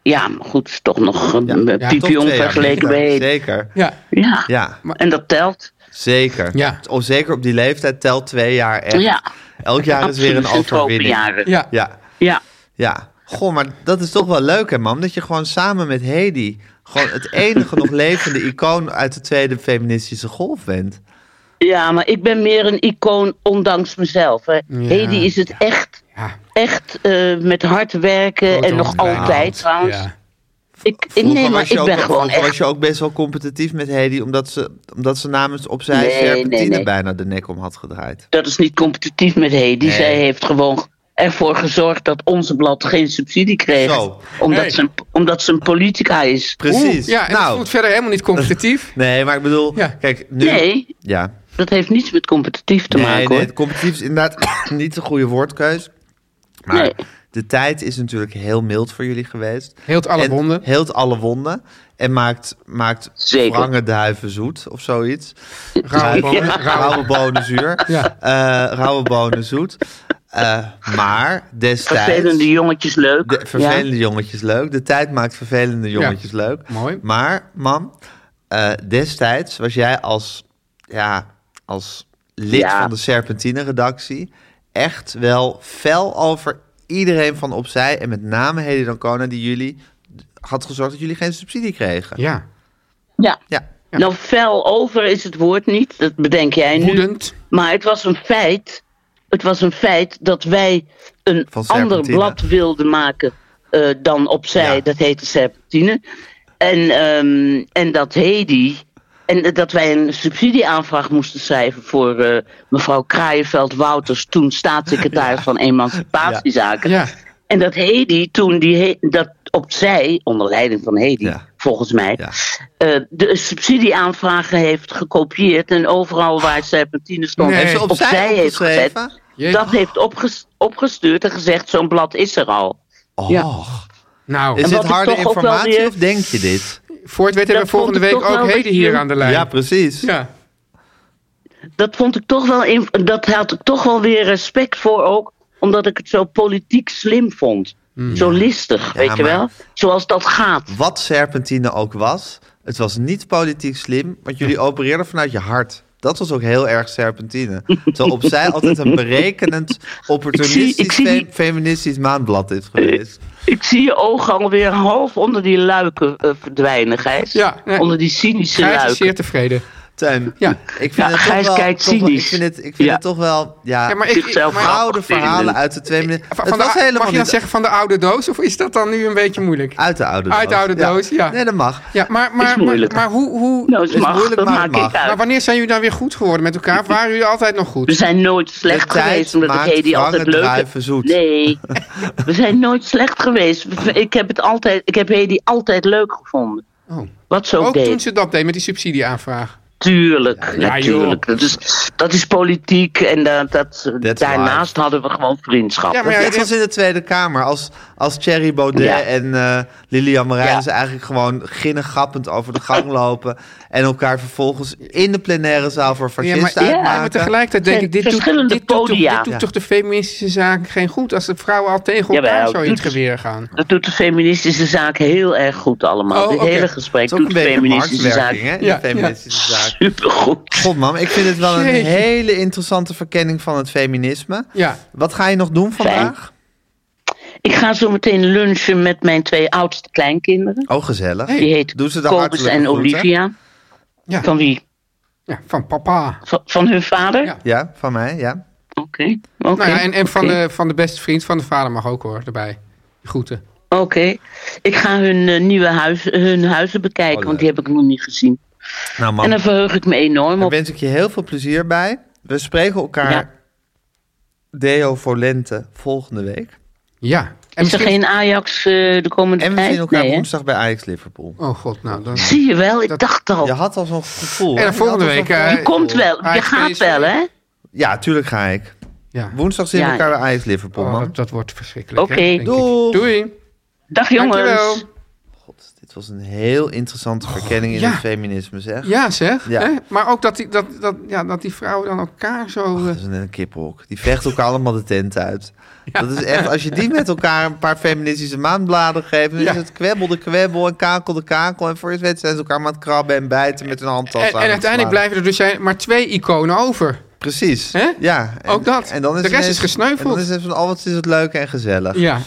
S9: Ja, maar goed, is toch nog eh, een een
S4: ja,
S2: Toch
S9: piepjong
S2: twee jaar
S9: vergeleken
S2: minder.
S9: bij Hedy.
S2: Zeker.
S4: Ja.
S9: Ja.
S2: Ja,
S9: en dat telt.
S2: zeker.
S4: Ja.
S2: Oh, zeker op die leeftijd telt twee jaar echt.
S9: Ja.
S2: Elk jaar is weer een
S9: Absoluut
S2: overwinning.
S9: tropenjaren.
S4: Ja.
S2: Ja,
S9: Ja.
S2: ja. Goh, maar dat is toch wel leuk, hè, mam? Dat je gewoon samen met Hedy... gewoon het enige nog levende icoon uit de tweede feministische golf bent.
S9: ja, maar ik ben meer een icoon ondanks mezelf. Hè. Hedy is het echt,
S4: Ja.
S9: echt eh, met hard werken Eh, en nog
S4: Ah, Grote
S9: altijd
S4: ontwijking.
S9: trouwens.
S4: Ja.
S9: Ik, ik,
S2: Vroeger
S9: nee, maar
S2: was je
S9: ik
S2: ook-
S9: ben gewoon
S2: vroeger was
S9: echt...
S2: je ook best wel competitief met Hedy... omdat ze, omdat ze namens opzij
S9: Nee,
S2: Serpentine
S9: nee, nee.
S2: bijna de nek om had gedraaid.
S9: Dat is niet competitief met Hedy.
S2: Nee.
S9: Zij heeft gewoon ervoor gezorgd dat onze blad geen subsidie kreeg.
S2: Zo.
S9: Omdat,
S4: Hey.
S9: ze een, omdat ze een politica is.
S2: Precies.
S4: Ja, en dat
S2: nou,
S4: voelt verder helemaal niet competitief.
S2: nee, maar ik bedoel...
S4: Ja.
S2: Kijk, nu...
S9: Nee,
S2: Ja.
S9: dat heeft niets met competitief te maken
S2: nee,
S9: hoor.
S2: het competitief is inderdaad [COUGHS] niet de goede woordkeus. Maar
S9: Nee.
S2: de tijd is natuurlijk heel mild voor jullie geweest.
S4: Heelt alle
S2: En
S4: wonden.
S2: Heelt alle wonden. En maakt, maakt
S9: Zeker.
S2: wrange duiven zoet of zoiets.
S4: Rauwe bonen.
S2: Rauwe bonen zuur.
S4: Ja.
S2: Eh, rauwe bonen zoet. Eh, maar destijds...
S9: Vervelende jongetjes leuk.
S2: De, vervelende jongetjes leuk. De tijd maakt vervelende jongetjes leuk.
S4: Mooi.
S2: Maar, mam, eh, destijds was jij als, ja, als lid
S9: Ja.
S2: van de Serpentine-redactie echt wel fel over iedereen van opzij. En met name Hedy Dancona, die jullie had gezorgd dat jullie geen subsidie kregen.
S4: Ja.
S9: Ja. ja.
S2: Ja.
S9: Nou, fel over is het woord niet. Dat bedenk jij nu.
S4: Woedend.
S9: Maar het was een feit. Het was een feit dat wij een
S2: Van
S9: ander
S2: Serpentine.
S9: blad wilden maken eh, dan opzij.
S2: Ja.
S9: Dat heette Serpentine. En, ehm, en dat Hedy. En eh, dat wij een subsidieaanvraag moesten schrijven voor eh, mevrouw Kraaienveld-Wouters, toen
S2: [LAUGHS]
S9: staatssecretaris van Emancipatiezaken.
S4: Ja.
S9: En dat Hedy toen die he- dat opzij, onder leiding van Hedy,
S2: Ja.
S9: volgens mij,
S2: Ja.
S9: eh, de subsidieaanvragen heeft gekopieerd en overal waar serpentine stond,
S4: Nee.
S2: Heeft ze opzij
S9: heeft gezet.
S2: opgeschreven?
S4: Jee.
S9: Dat heeft opges- opgestuurd en gezegd: zo'n blad is er al.
S2: Oh,
S4: Nou,
S2: is
S9: En
S2: dit
S9: wat ik
S2: harde
S9: toch ook wel
S2: informatie
S9: weer-
S2: of denk je dit?
S4: voor het weten hebben we
S9: dat
S4: volgende week
S9: vond ik toch
S4: ook
S9: wel
S4: Hedy
S9: dat
S4: hier
S9: je-
S4: aan de lijn.
S2: Ja, precies.
S4: Ja.
S9: Dat vond ik toch wel, in- dat had ik toch wel weer respect voor ook, omdat ik het zo politiek slim vond. Zo listig, weet je
S2: Mm. maar-
S9: wel? Zoals dat gaat.
S2: Wat Serpentine ook was, het was niet politiek slim, want jullie opereerden vanuit je hart. Dat was ook heel erg Serpentine. Terwijl opzij altijd een
S4: [LAUGHS]
S2: berekenend, opportunistisch,
S9: Ik zie- ik zie
S2: fe- feministisch maandblad is geweest.
S9: Ik zie je ogen alweer half onder die luiken eh, verdwijnen, Gijs.
S4: Ja, nee.
S9: Onder die cynische
S4: Gijs is
S9: luiken.
S4: zeer tevreden.
S2: Tuin,
S4: Ja.
S2: ik vind
S9: Ja,
S2: het toch
S9: Gijs
S2: wel...
S9: kijkt
S2: toch wel- ik
S9: cynisch.
S2: vind het, ik vind
S9: Ja.
S2: het toch wel... Ja,
S4: Ja, maar ik,
S9: Zichzelf
S4: maar-
S9: graag.
S2: oude verhalen uit de twee minuten.
S4: van
S2: Het
S4: de,
S2: was
S4: mag
S2: helemaal
S4: je dan
S2: niet...
S4: zeggen van de oude doos? Of is dat dan nu een beetje moeilijk?
S2: Uit de oude doos.
S4: Uit de oude doos, ja.
S2: Nee, dat mag.
S4: Ja, maar, maar,
S9: Is
S4: maar,
S9: moeilijk.
S4: maar hoe... hoe
S9: Nou, het
S2: Het is
S9: mag,
S2: moeilijk,
S9: dat
S2: maar
S9: maak
S2: het mag.
S9: ik uit.
S4: maar wanneer zijn jullie dan weer goed geworden met elkaar? Of waren jullie altijd nog goed?
S9: We zijn nooit slecht
S2: tijd
S9: geweest omdat ik
S2: maakt
S9: Hedy altijd
S2: wrange
S9: leuk
S2: druiven zoet.
S9: Nee, we zijn nooit slecht geweest. We- Ik heb, het altijd, ik heb Hedy altijd leuk gevonden.
S4: Oh.
S9: Wat ze ook,
S4: Ook
S9: deed.
S4: toen ze dat deed met die subsidieaanvraag.
S9: Tuurlijk,
S4: Ja,
S9: natuurlijk. Dat is, dat is politiek en dat, dat,
S2: That's
S9: daarnaast hadden we gewoon vriendschap.
S4: Ja, maar ja,
S2: Maar dit was in de Tweede Kamer. Als, als Thierry Baudet
S9: Ja.
S2: en eh Lilian Marijnissen
S9: Ja.
S2: eigenlijk gewoon ginnegappend over de
S9: [LAUGHS]
S2: gang lopen. En elkaar vervolgens in de plenaire zaal voor
S4: Ja, maar,
S2: fascisten
S4: ja,
S2: uitmaken.
S4: maar tegelijkertijd denk ik, dit doet, dit doet,
S9: Verschillende
S4: dit doet,
S9: podia.
S4: toch- toch de feministische zaken geen goed. Als de vrouwen al tegen elkaar
S9: Jawel,
S4: zo in het
S9: doet-
S4: geweer gaan.
S9: Dat doet de feministische zaak heel erg goed allemaal.
S4: Oh,
S9: Dit
S4: oké.
S9: hele
S2: Het
S9: gesprek
S2: is ook
S9: doet
S2: een
S9: de
S2: beetje
S9: feministische zaak
S2: marktwerking, hè?
S4: Ja,
S2: Ja, de feministische zaak.
S9: supergoed.
S2: God, mam, ik vind het wel een
S4: Jeetje.
S2: hele interessante verkenning van het feminisme.
S4: Ja.
S2: Wat ga je nog doen vandaag?
S9: Ik ga zo meteen lunchen met mijn twee oudste kleinkinderen.
S2: Oh, gezellig.
S9: Die heet
S2: Doe ze de
S9: Kobus
S2: hartelijke
S9: en
S2: groeten.
S9: Olivia.
S4: Ja.
S9: Van wie?
S4: ja, van papa.
S9: Van, van hun vader?
S4: Ja.
S2: Ja, van mij, ja.
S9: Oké. oké,
S4: Nou ja, en, en van,
S9: oké,
S4: de, van de beste vriend van de vader mag ook hoor, erbij. Die Groeten.
S9: Oké. Ik ga hun eh, nieuwe huis, hun huizen bekijken,
S2: Oh,
S9: want die heb ik nog niet gezien.
S2: Nou, man,
S9: En daar verheug ik me enorm
S2: daar
S9: op.
S2: wens ik je heel veel plezier bij. We spreken elkaar
S9: Ja.
S2: deo voor lente volgende week.
S4: Ja. En
S9: Is er
S4: misschien-
S9: geen Ajax eh, de komende
S2: En we
S9: tijd?
S2: zien elkaar
S9: Nee, hè?
S2: woensdag bij Ajax Liverpool.
S4: Oh god, nou dan...
S9: Zie je wel, ik
S4: Dat-
S9: dacht al.
S2: Je had al zo'n gevoel.
S4: En
S2: hè? Je
S4: volgende
S2: had al zo'n
S4: week, eh,
S2: gevoel.
S9: je komt wel, je
S4: Ajax
S9: gaat
S4: PSV.
S9: wel, hè? Oké,
S2: Ja, tuurlijk ga ik.
S4: Ja.
S2: Woensdag zien we
S9: Ja.
S2: elkaar bij Ajax Liverpool,
S4: Oh,
S2: man.
S4: dat, dat wordt verschrikkelijk. hè,
S9: Oké.
S4: denk ik.
S2: Doeg.
S4: Doei.
S9: dag jongens.
S4: Dankjewel.
S2: God, Dus dit was een heel interessante verkenning in
S4: ja.
S2: het feminisme, zeg.
S4: Ja, zeg.
S2: Ja.
S4: Hè? Maar ook dat die, dat, dat, ja, dat die vrouwen dan elkaar zo... eh,
S2: Dat is net een kippenhok. Die vechten elkaar allemaal de tent uit. Dat is echt, als je die met elkaar een paar feministische maandbladen geeft, dan
S4: Ja.
S2: is het kwebbel de kwebbel en kakel de kakel. En voor je het weet zijn ze elkaar aan het krabben en bijten met hun handtas
S4: en,
S2: aan
S4: en
S2: het
S4: uiteindelijk
S2: slaan.
S4: blijven er dus zijn maar twee iconen over.
S2: Precies.
S4: Hè?
S2: Ja. En,
S4: Ook dat.
S2: En dan is
S4: De rest
S2: ineens-
S4: is gesneuveld.
S2: En dan is het van, oh, wat is het leuk en gezellig.
S4: Ja.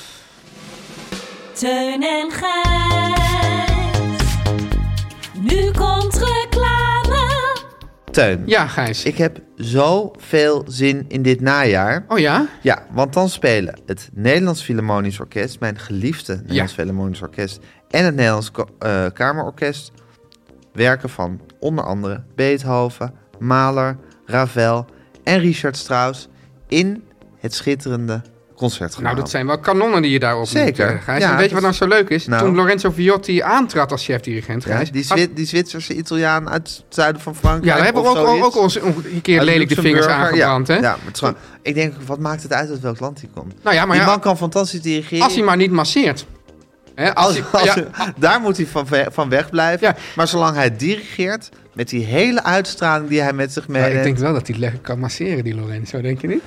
S8: Teun en Gijs. Nu komt reclame.
S2: Teun,
S4: Ja, Gijs.
S2: ik heb zoveel zin in dit najaar.
S4: Oh ja?
S2: Ja, want dan spelen het Nederlands Philharmonisch Orkest, mijn geliefde Nederlands Philharmonisch Orkest, en het Nederlands Ko- eh, Kamerorkest werken van onder andere Beethoven, Mahler, Ravel en Richard Strauss in het schitterende concertgebouw.
S4: Nou, dat zijn wel kanonnen die je daarop
S2: Zeker.
S4: moet, eh, Gijs.
S2: Ja,
S4: en weet je
S2: dat
S4: wat nou zo leuk is?
S2: Nou.
S4: Toen Lorenzo Viotti aantrad als chef-dirigent,
S2: Ja,
S4: Gijs...
S2: die,
S4: had-
S2: Zwi- die Zwitserse Italiaan uit het zuiden van Frankrijk.
S4: ja, we hebben
S2: of
S4: ook, ook,
S2: zoiets.
S4: ook ons een keer
S2: Uit
S4: lelijk de vingers
S2: Luxemburg, ja.
S4: aangebrand, hè?
S2: Ja, maar het is gewoon- ik denk, wat maakt het uit uit welk land hij komt?
S4: Nou ja, maar
S2: die
S4: ja,
S2: man kan fantastisch dirigeren.
S4: als hij maar niet masseert. Hè, als
S2: Als,
S4: hij,
S2: als-
S4: ja,
S2: daar moet hij van, ve- van weg blijven.
S4: Ja.
S2: Maar zolang hij dirigeert, met die hele uitstraling die hij met zich
S4: Maar ik
S2: meeneemt...
S4: denk wel dat hij lekker kan masseren, die Lorenzo, denk je niet?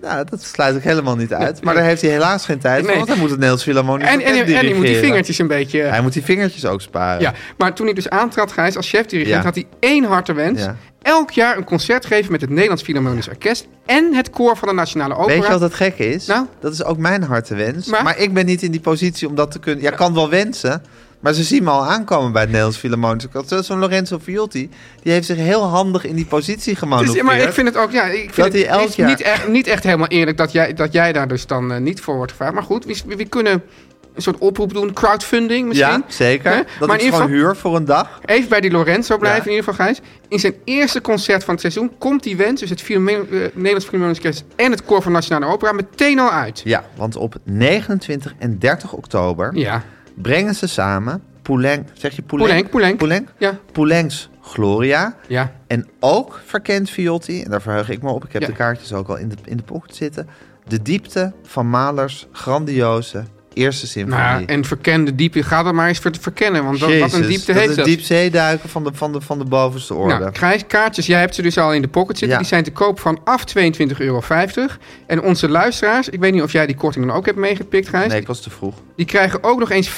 S2: Nou, dat sluit ik helemaal niet uit. Maar daar heeft hij helaas geen tijd voor,
S4: Nee.
S2: want hij moet het Nederlands Philharmonisch
S4: En, en,
S2: Orkest
S4: en hij moet die
S2: dirigeren.
S4: vingertjes een beetje...
S2: Hij moet die vingertjes ook sparen.
S4: Ja, maar toen hij dus aantrad, Gijs, als chef-dirigent,
S2: Ja.
S4: had hij één harte wens.
S2: Ja.
S4: Elk jaar een concert geven met het Nederlands Philharmonisch Orkest en het koor van de Nationale Opera.
S2: Weet je wat het gekke is?
S4: Nou?
S2: Dat is ook mijn hartewens. Maar?
S4: Maar?
S2: ik ben niet in die positie om dat te kunnen... Ja, ik kan wel wensen, maar ze zien me al aankomen bij het Nederlands Philharmonisch Orkest. Zoals Zo'n Lorenzo Viotti, die heeft zich heel handig in die positie
S4: Dus,
S2: gemanoeuvreerd.
S4: ja, maar ik vind het ook, ja, ik
S2: Dat
S4: vind
S2: hij
S4: het
S2: elk
S4: niet,
S2: jaar-
S4: niet, echt, niet echt helemaal eerlijk dat jij, dat jij daar dus dan eh, niet voor wordt gevraagd. Maar goed, we, we kunnen een soort oproep doen, crowdfunding misschien.
S2: Ja, zeker.
S4: Hè?
S2: Dat
S4: maar
S2: is
S4: in ieder
S2: gewoon
S4: geval,
S2: huur voor een dag.
S4: even bij die Lorenzo blijven
S2: Ja.
S4: in ieder geval, Gijs. In zijn eerste concert van het seizoen komt die wens, dus het Philharmonisch- eh, Nederlands Philharmonisch Orkest en het koor van de Nationale Opera, meteen al uit.
S2: Ja, want op 29 en 30 oktober
S4: Ja,
S2: brengen ze samen Poulenc, zeg je Poulenc?
S4: Poulenc, Poulenc.
S2: Poulenc?
S4: ja,
S2: Poulenc's Gloria.
S4: ja.
S2: En ook verkent Viotti, en daar verheug ik me op, ik heb
S4: Ja.
S2: de kaartjes ook al in de, in de pocket zitten, de diepte van Malers grandioze eerste symfonie.
S4: Nou, ja, en verkende diepte. Ga dat maar eens ver- verkennen, want dat, wat een
S2: Jezus,
S4: diepte
S2: dat
S4: heeft
S2: is
S4: dat.
S2: diepzeeduiken van de, van, de, van de bovenste orde.
S4: Nou, Gijs, kaartjes, jij hebt ze dus al in de pocket zitten.
S2: Ja.
S4: Die zijn te koop vanaf 22,50 euro. En onze luisteraars, ik weet niet of jij die korting dan ook hebt meegepikt, Gijs.
S2: nee, ik was te vroeg.
S4: Die krijgen ook nog eens 15%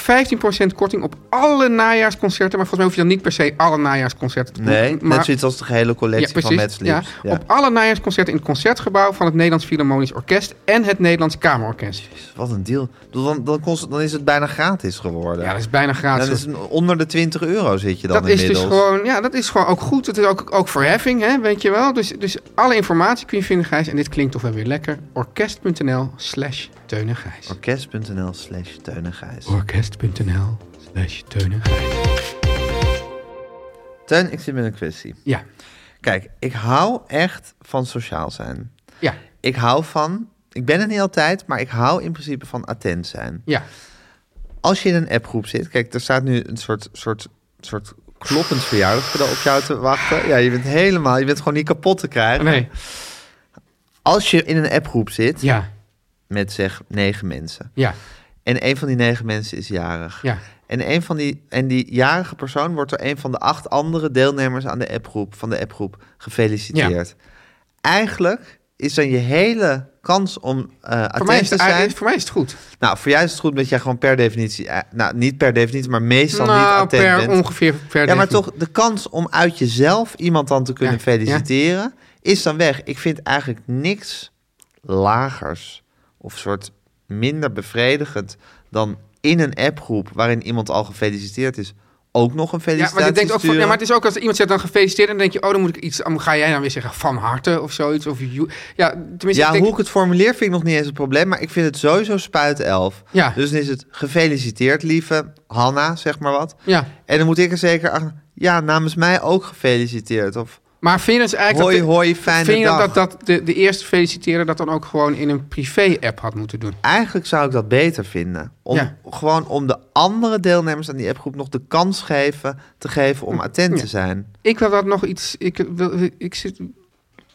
S4: korting op alle najaarsconcerten. Maar volgens mij hoef je dan niet per se alle najaarsconcerten te kopen.
S2: Nee,
S4: maar,
S2: net zoiets als de gehele collectie van Mad
S4: ja.
S2: Sleeps.
S4: Op alle najaarsconcerten in het Concertgebouw van het Nederlands Philharmonisch Orkest en het Nederlands Kamerorkest.
S2: dus Wat een deal. Ik bedoel, Dan, dan, kost, het- dan is het bijna gratis geworden.
S4: Ja, dat is bijna gratis.
S2: Dan is het onder de 20 euro zit je dan
S4: Dat is
S2: inmiddels.
S4: dus gewoon, ja, dat is gewoon ook goed. Het is ook, ook verheffing, hè, weet je wel. Dus, dus alle informatie kun je vinden, Gijs. En dit klinkt toch wel weer lekker. Orkest.nl slash Teun en Gijs.
S2: Orkest.nl slash Teun en Gijs.
S4: Orkest.nl slash Teun en Gijs.
S2: Teun, ik zit met een kwestie.
S4: Ja,
S2: Kijk, ik hou echt van sociaal zijn.
S4: ja,
S2: Ik hou van... Ik ben het niet altijd, maar ik hou in principe van attent zijn.
S4: ja.
S2: Als je in een appgroep zit... Kijk, er staat nu een soort, soort, soort kloppend verjaardag op jou te wachten. Ja, je bent helemaal... Je bent gewoon niet kapot te krijgen.
S4: Nee,
S2: Als je in een appgroep zit
S4: ja,
S2: met zeg negen mensen...
S4: ja,
S2: En een van die negen mensen is jarig.
S4: ja.
S2: En, een van die, en die jarige persoon wordt door een van de acht andere deelnemers aan de appgroep, van de appgroep gefeliciteerd. Eigenlijk is dan je hele kans om eh
S4: Voor
S2: attent
S4: mij, is
S2: te
S4: het,
S2: zijn...
S4: voor mij is het goed.
S2: Nou, voor jou is het goed dat jij gewoon per definitie... eh, nou, niet per definitie, maar meestal niet
S4: nou,
S2: attent
S4: per
S2: bent.
S4: ongeveer per
S2: ja, maar
S4: definitie.
S2: toch, de kans om uit jezelf iemand dan te kunnen
S4: Ja,
S2: feliciteren... is dan weg. Ik vind eigenlijk niks lagers of soort minder bevredigend... dan in een appgroep waarin iemand al gefeliciteerd is... ook nog een
S4: Ja,
S2: felicitatie
S4: maar, je denkt ook van-
S2: sturen.
S4: ja, maar het is ook als iemand zegt dan gefeliciteerd... en dan denk je, oh, dan moet ik iets... dan ga jij dan weer zeggen van harte of zoiets. Of, you- ja, tenminste,
S2: Ja,
S4: Dus ik denk,
S2: hoe ik het formuleer vind ik nog niet eens een probleem, maar ik vind het sowieso spuit 11.
S4: Ja.
S2: Dus dan is het gefeliciteerd, lieve Hanna, zeg maar wat.
S4: Ja.
S2: En dan moet ik er zeker achter, ja, namens mij ook gefeliciteerd. Of
S4: Maar vind je dus eigenlijk...
S2: hoi,
S4: dat,
S2: hoi, fijne
S4: Vind je
S2: dag.
S4: dat, dat, dat de, de eerste feliciteren dat dan ook gewoon in een privé-app had moeten doen?
S2: Eigenlijk zou ik dat beter vinden. Om,
S4: Ja.
S2: Gewoon om de andere deelnemers aan die appgroep nog de kans geven, te geven om attent
S4: ja.
S2: te zijn.
S4: Ik wil dat nog iets. Ik wil. Ik zit.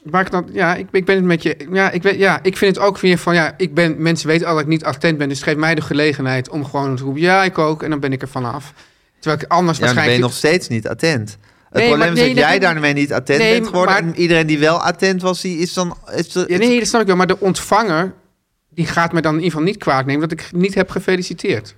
S4: Waar ik dan. Ja, ik, ik ben het met je. Ja ik, weet, ja, ik vind het ook weer van. Ja, ik ben. Mensen weten al dat ik niet attent ben. Dus geef mij de gelegenheid om gewoon te roepen. Ja, ik ook. En dan ben ik er vanaf. Terwijl ik anders
S2: Ja, dan ben je
S4: waarschijnlijk.
S2: nog steeds niet attent. Het
S4: Nee, maar
S2: probleem is
S4: nee,
S2: dat
S4: dat
S2: jij
S4: ik-
S2: daarmee niet attent
S4: Nee,
S2: bent geworden.
S4: maar-
S2: En iedereen die wel attent was, die is dan... Is,
S4: Ja, nee, dat snap ik wel. Maar de ontvanger. Die gaat me dan in ieder geval niet kwaad nemen. Dat ik niet heb gefeliciteerd.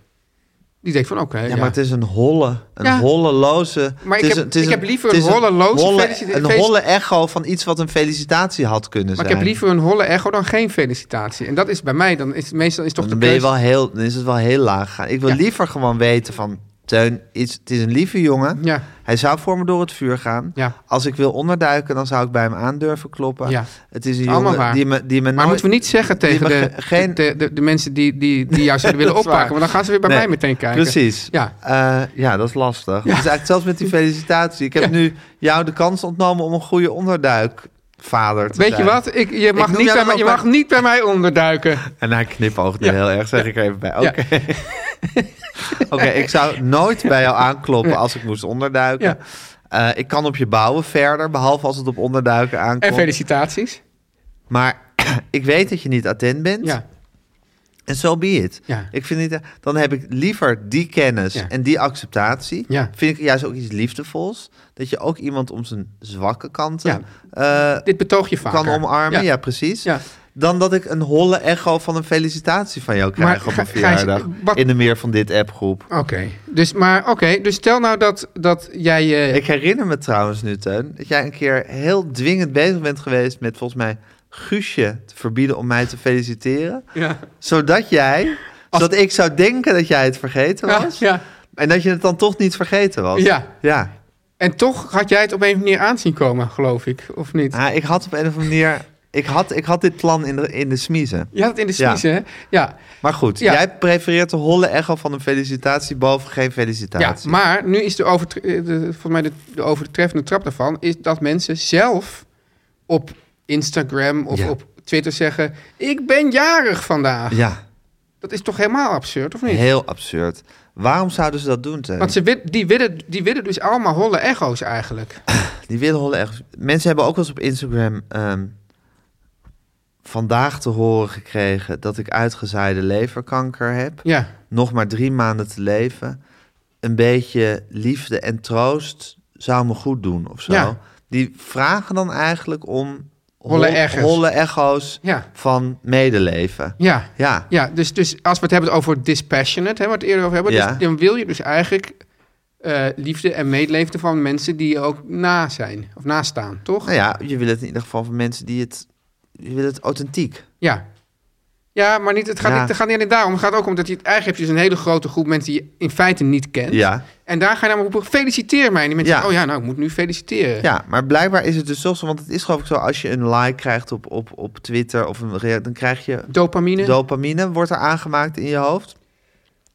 S4: Die denkt van oké. ja,
S2: Ja, maar het is een holle, een
S4: Ja.
S2: holleloze...
S4: Maar ik
S2: het is
S4: heb-
S2: het is
S4: ik heb liever
S2: het is
S4: een holleloze
S2: holle-
S4: felicita-
S2: Een
S4: feest-
S2: holle echo van iets wat een felicitatie had kunnen
S4: maar
S2: zijn.
S4: ik heb liever een holle echo dan geen felicitatie. En dat is bij mij. Dan is meestal is toch
S2: Want Dan
S4: de
S2: ben je
S4: keuze-
S2: wel heel, dan is het wel heel laag gegaan. Ik wil
S4: Ja.
S2: liever gewoon weten van... Teun, is, het is een lieve jongen.
S4: Ja.
S2: Hij zou voor me door het vuur gaan.
S4: Ja.
S2: Als ik wil onderduiken, dan zou ik bij hem aan durven kloppen.
S4: Ja.
S2: Het is een
S4: Allemaal
S2: jongen
S4: waar.
S2: die me, die me
S4: Maar
S2: nooit-
S4: moeten we niet zeggen
S2: die
S4: tegen
S2: me
S4: de,
S2: ge- geen-
S4: de, de, de mensen die, die, die
S2: [LAUGHS]
S4: jou zouden willen
S2: Dat is waar.
S4: oppakken? Want dan gaan ze weer bij
S2: Nee,
S4: mij meteen kijken.
S2: Precies.
S4: Ja.
S2: Eh, ja, dat is lastig. Dus eigenlijk zelfs
S4: [LAUGHS]
S2: met die felicitatie. Ik heb
S4: Ja.
S2: nu jou de kans ontnomen om een goede onderduikvader te
S4: Weet
S2: zijn.
S4: je wat? Ik, je mag,
S2: noem
S4: niet,
S2: jou dan
S4: bij, mij-
S2: ook
S4: je
S2: bij-
S4: mag niet bij mij
S2: [LAUGHS]
S4: onderduiken.
S2: En hij knipoogde
S4: Ja.
S2: heel erg, zeg ik er even bij. Oké.
S4: [LAUGHS]
S2: Oké, ik zou nooit bij jou aankloppen als ik moest onderduiken.
S4: Ja.
S2: Eh, ik kan op je bouwen verder, behalve als het op onderduiken
S4: En
S2: aankomt.
S4: felicitaties.
S2: maar [CLEARS THROAT] ik weet dat je niet attent bent.
S4: Ja.
S2: En zo be it.
S4: Ja.
S2: Ik vind niet, dan heb ik liever die kennis
S4: Ja.
S2: en die acceptatie.
S4: Ja.
S2: Vind ik juist ook iets liefdevols. Dat je ook iemand om zijn zwakke kanten eh,
S4: Dit betoog je vaker.
S2: kan omarmen. Ja,
S4: Ja.
S2: precies.
S4: Ja.
S2: Dan dat ik een holle echo van een felicitatie van jou krijg
S4: Maar
S2: op
S4: Gij-
S2: een
S4: Gijs,
S2: verjaardag.
S4: wat-
S2: In de meer van dit appgroep.
S4: Oké. Dus, maar oké. Dus stel nou dat, dat jij... eh,
S2: Ik herinner me trouwens nu, Teun, dat jij een keer heel dwingend bezig bent geweest met volgens mij Guusje te verbieden om mij te feliciteren.
S4: ja.
S2: Zodat jij, zodat ik zou denken dat jij het vergeten
S4: Ja,
S2: was.
S4: ja.
S2: En dat je het dan toch niet vergeten was.
S4: Ja.
S2: ja.
S4: En toch had jij het op een of andere manier aanzien komen, geloof ik. Of niet?
S2: Ah, ik had op een of andere manier, ik had, ik had dit plan in de, in de smiezen.
S4: Je had het in de
S2: Ja.
S4: smiezen, hè? Ja.
S2: Maar goed,
S4: Ja.
S2: jij prefereert de holle echo van een felicitatie boven geen
S4: Ja,
S2: felicitatie.
S4: maar nu is de, overtre- eh, de, volgens mij de, de overtreffende trap daarvan... is dat mensen zelf op Instagram of
S2: Ja.
S4: op Twitter zeggen... ik ben jarig vandaag.
S2: Ja,
S4: Dat is toch helemaal absurd, of niet?
S2: heel absurd. Waarom zouden ze dat doen, Teun?
S4: Want ze wit- die, willen, die willen dus allemaal holle echo's eigenlijk.
S2: Die willen holle echt. Mensen hebben ook wel eens op Instagram ehm, vandaag te horen gekregen dat ik uitgezaaide leverkanker heb.
S4: Ja,
S2: Nog maar drie maanden te leven. Een beetje liefde en troost zou me goed doen of zo.
S4: Ja.
S2: Die vragen dan eigenlijk om
S4: Holle
S2: hol-
S4: echo's.
S2: holle echo's
S4: Ja.
S2: van medeleven.
S4: ja.
S2: Ja.
S4: ja dus, dus als we het hebben over dispassionate, hè, wat we het eerder over hebben...
S2: Ja.
S4: Dus, dan wil je dus eigenlijk eh, liefde en medeleven van mensen die je ook na zijn. Of nastaan, toch?
S2: Nou ja, je wil het in ieder geval van mensen die het... Je wil het authentiek.
S4: Ja. Ja, maar niet, het gaat,
S2: Ja.
S4: niet, het gaat niet alleen daarom. Het gaat ook om dat je eigenlijk heb je dus een hele grote groep mensen die je in feite niet kent.
S2: Ja.
S4: En daar ga je namelijk roepen, feliciteer mij. En die mensen
S2: Ja.
S4: zeggen, oh ja, nou, ik moet nu feliciteren.
S2: Ja, maar blijkbaar is het dus toch zo, want het is geloof ik zo, als je een like krijgt op, op, op Twitter of een rea- dan krijg je
S4: Dopamine.
S2: dopamine, wordt er aangemaakt in je hoofd.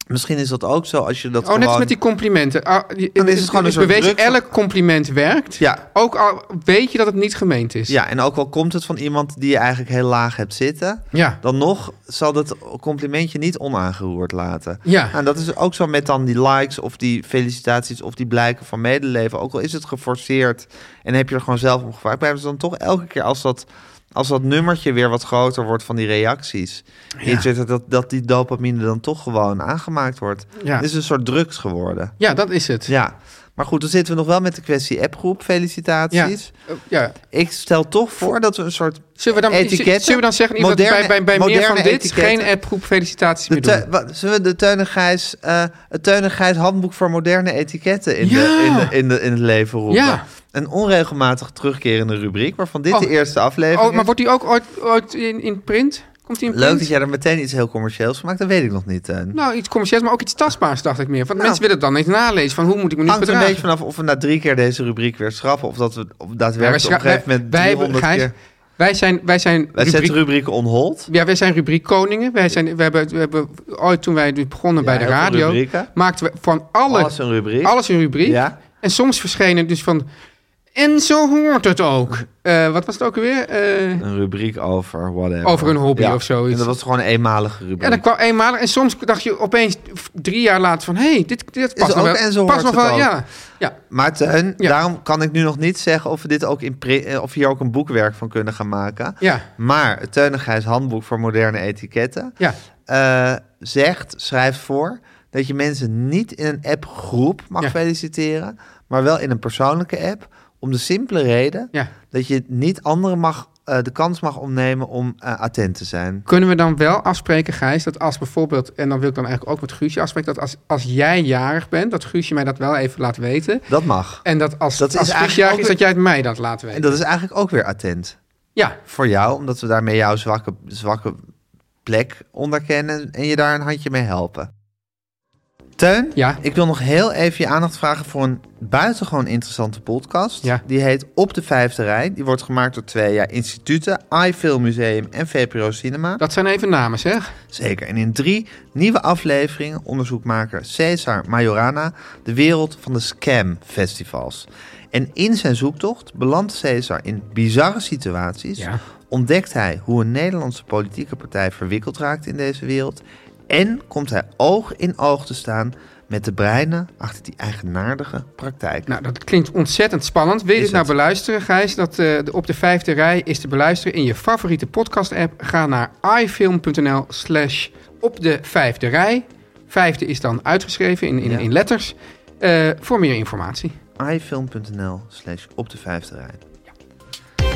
S2: Misschien is dat ook zo als je dat
S4: oh,
S2: gewoon...
S4: net als met die complimenten. Ah, je-
S2: Dan is het gewoon een soort
S4: bewezen,
S2: druk van-
S4: elk compliment werkt.
S2: Ja.
S4: Ook al weet je dat het niet gemeend is.
S2: Ja, en ook al komt het van iemand die je eigenlijk heel laag hebt zitten,
S4: Ja.
S2: dan nog zal dat complimentje niet onaangeroerd laten. Nou,
S4: Ja.
S2: En dat is ook zo met dan die likes of die felicitaties of die blijken van medeleven. Ook al is het geforceerd en heb je er gewoon zelf om gevraagd, blijven ze dan toch elke keer als dat, als dat nummertje weer wat groter wordt van die reacties. in Twitter, dat, dat die dopamine dan toch gewoon aangemaakt wordt.
S4: Ja.
S2: Het is een soort drugs geworden.
S4: Ja, dat is het.
S2: Ja. Maar goed, dan zitten we nog wel met de kwestie appgroep.
S4: Ja.
S2: Felicitaties.
S4: Eh, ja.
S2: Ik stel toch voor dat we een soort
S4: Zullen, we dan,
S2: Etiketten?
S4: zullen we dan zeggen, in ieder geval
S2: Moderne-
S4: bij, bij, bij meer
S2: moderne
S4: van dit,
S2: etiketten.
S4: geen appgroep felicitaties
S2: De
S4: meer doen?
S2: Teu- wa- zullen we de Teun en Gijs, eh, het Teun en Gijs handboek voor moderne etiketten in,
S4: Ja.
S2: de, in, de, in, de, in het leven roepen?
S4: Ja.
S2: Een onregelmatig terugkerende rubriek, waarvan dit
S4: Oh.
S2: de eerste aflevering
S4: Oh, maar
S2: is.
S4: wordt die ook ooit, ooit in, in print? Komt hij een
S2: Leuk
S4: print?
S2: dat jij er meteen iets heel commercieels van maakt, dat weet ik nog niet. Teun.
S4: Nou, iets commercieels, maar ook iets tastbaars, dacht ik meer. Want mensen willen het dan eens nalezen. Van hoe moet ik me niet
S2: Nou. hangt er een
S4: gedragen?
S2: beetje vanaf of we na drie keer deze rubriek weer schrappen. Of dat we of daadwerkelijk
S4: Ja,
S2: op
S4: wij
S2: een gegeven moment
S4: wij, hebben-
S2: 300
S4: Gijs,
S2: keer...
S4: wij zijn, wij zijn
S2: Wij
S4: rubriek-
S2: zetten rubrieken on hold.
S4: Ja, wij zijn rubriek koningen. Wij zijn, we hebben, we hebben ooit toen wij dus begonnen bij de
S2: heel veel
S4: radio,
S2: rubrieken.
S4: maakten we van alle,
S2: Alles een rubriek.
S4: alles een rubriek.
S2: Ja.
S4: En soms verschenen dus van. En zo hoort het ook. Eh, wat was het ook weer? Eh,
S2: Een rubriek over whatever.
S4: Over een hobby of zoiets.
S2: En dat was gewoon een eenmalige rubriek.
S4: ja, dat kwam eenmalig. En soms dacht je opeens drie jaar later van... hé, hey, dit, dit past nog
S2: ook
S4: wel.
S2: en zo
S4: past
S2: hoort
S4: nog
S2: het
S4: wel,
S2: ook.
S4: Ja, ja.
S2: Maar Teun,
S4: Ja.
S2: daarom kan ik nu nog niet zeggen of we dit ook in pri- eh, of we hier ook een boekwerk van kunnen gaan maken.
S4: Ja.
S2: Maar het Teun en Gijs handboek voor moderne etiketten
S4: Ja.
S2: eh, zegt, schrijft voor dat je mensen niet in een appgroep mag
S4: Ja.
S2: feliciteren, maar wel in een persoonlijke app, om de simpele reden
S4: Ja.
S2: dat je niet anderen mag eh, de kans mag ontnemen om eh, attent te zijn.
S4: Kunnen we dan wel afspreken, Gijs, dat als bijvoorbeeld... en dan wil ik dan eigenlijk ook met Guusje afspreken... dat als, als jij jarig bent, dat Guusje mij dat wel even laat weten...
S2: Dat mag.
S4: En dat als,
S2: Dat is
S4: als Guus
S2: eigenlijk
S4: jarig
S2: ook
S4: is, dat jij het mij dat laat
S2: En
S4: weten.
S2: dat is eigenlijk ook weer attent.
S4: Ja,
S2: voor jou, omdat we daarmee jouw zwakke, zwakke plek onderkennen en je daar een handje mee helpen. Teun,
S4: Ja.
S2: ik wil nog heel even je aandacht vragen voor een buitengewoon interessante podcast.
S4: Ja.
S2: Die heet Op de Vijfde Rij. Die wordt gemaakt door twee ja, instituten, iFilm Museum en VPRO Cinema.
S4: dat zijn even namen, zeg.
S2: Zeker. En in drie nieuwe afleveringen onderzoekmaker Cesar Majorana de wereld van de scam festivals. En in zijn zoektocht belandt Cesar in bizarre situaties.
S4: Ja.
S2: Ontdekt hij hoe een Nederlandse politieke partij verwikkeld raakt in deze wereld. En komt hij oog in oog te staan met de breinen achter die eigenaardige praktijk.
S4: Nou, dat klinkt ontzettend spannend. Wil je
S2: Is
S4: dit nou
S2: het.
S4: beluisteren, Gijs? Dat, eh, de, op de vijfde rij is te beluisteren in je favoriete podcast-app. Ga naar ifilm.nl slash op de vijfde rij. Vijfde is dan uitgeschreven in, in,
S2: Ja.
S4: in letters. eh, voor meer informatie.
S2: ifilm.nl slash op de vijfde rij.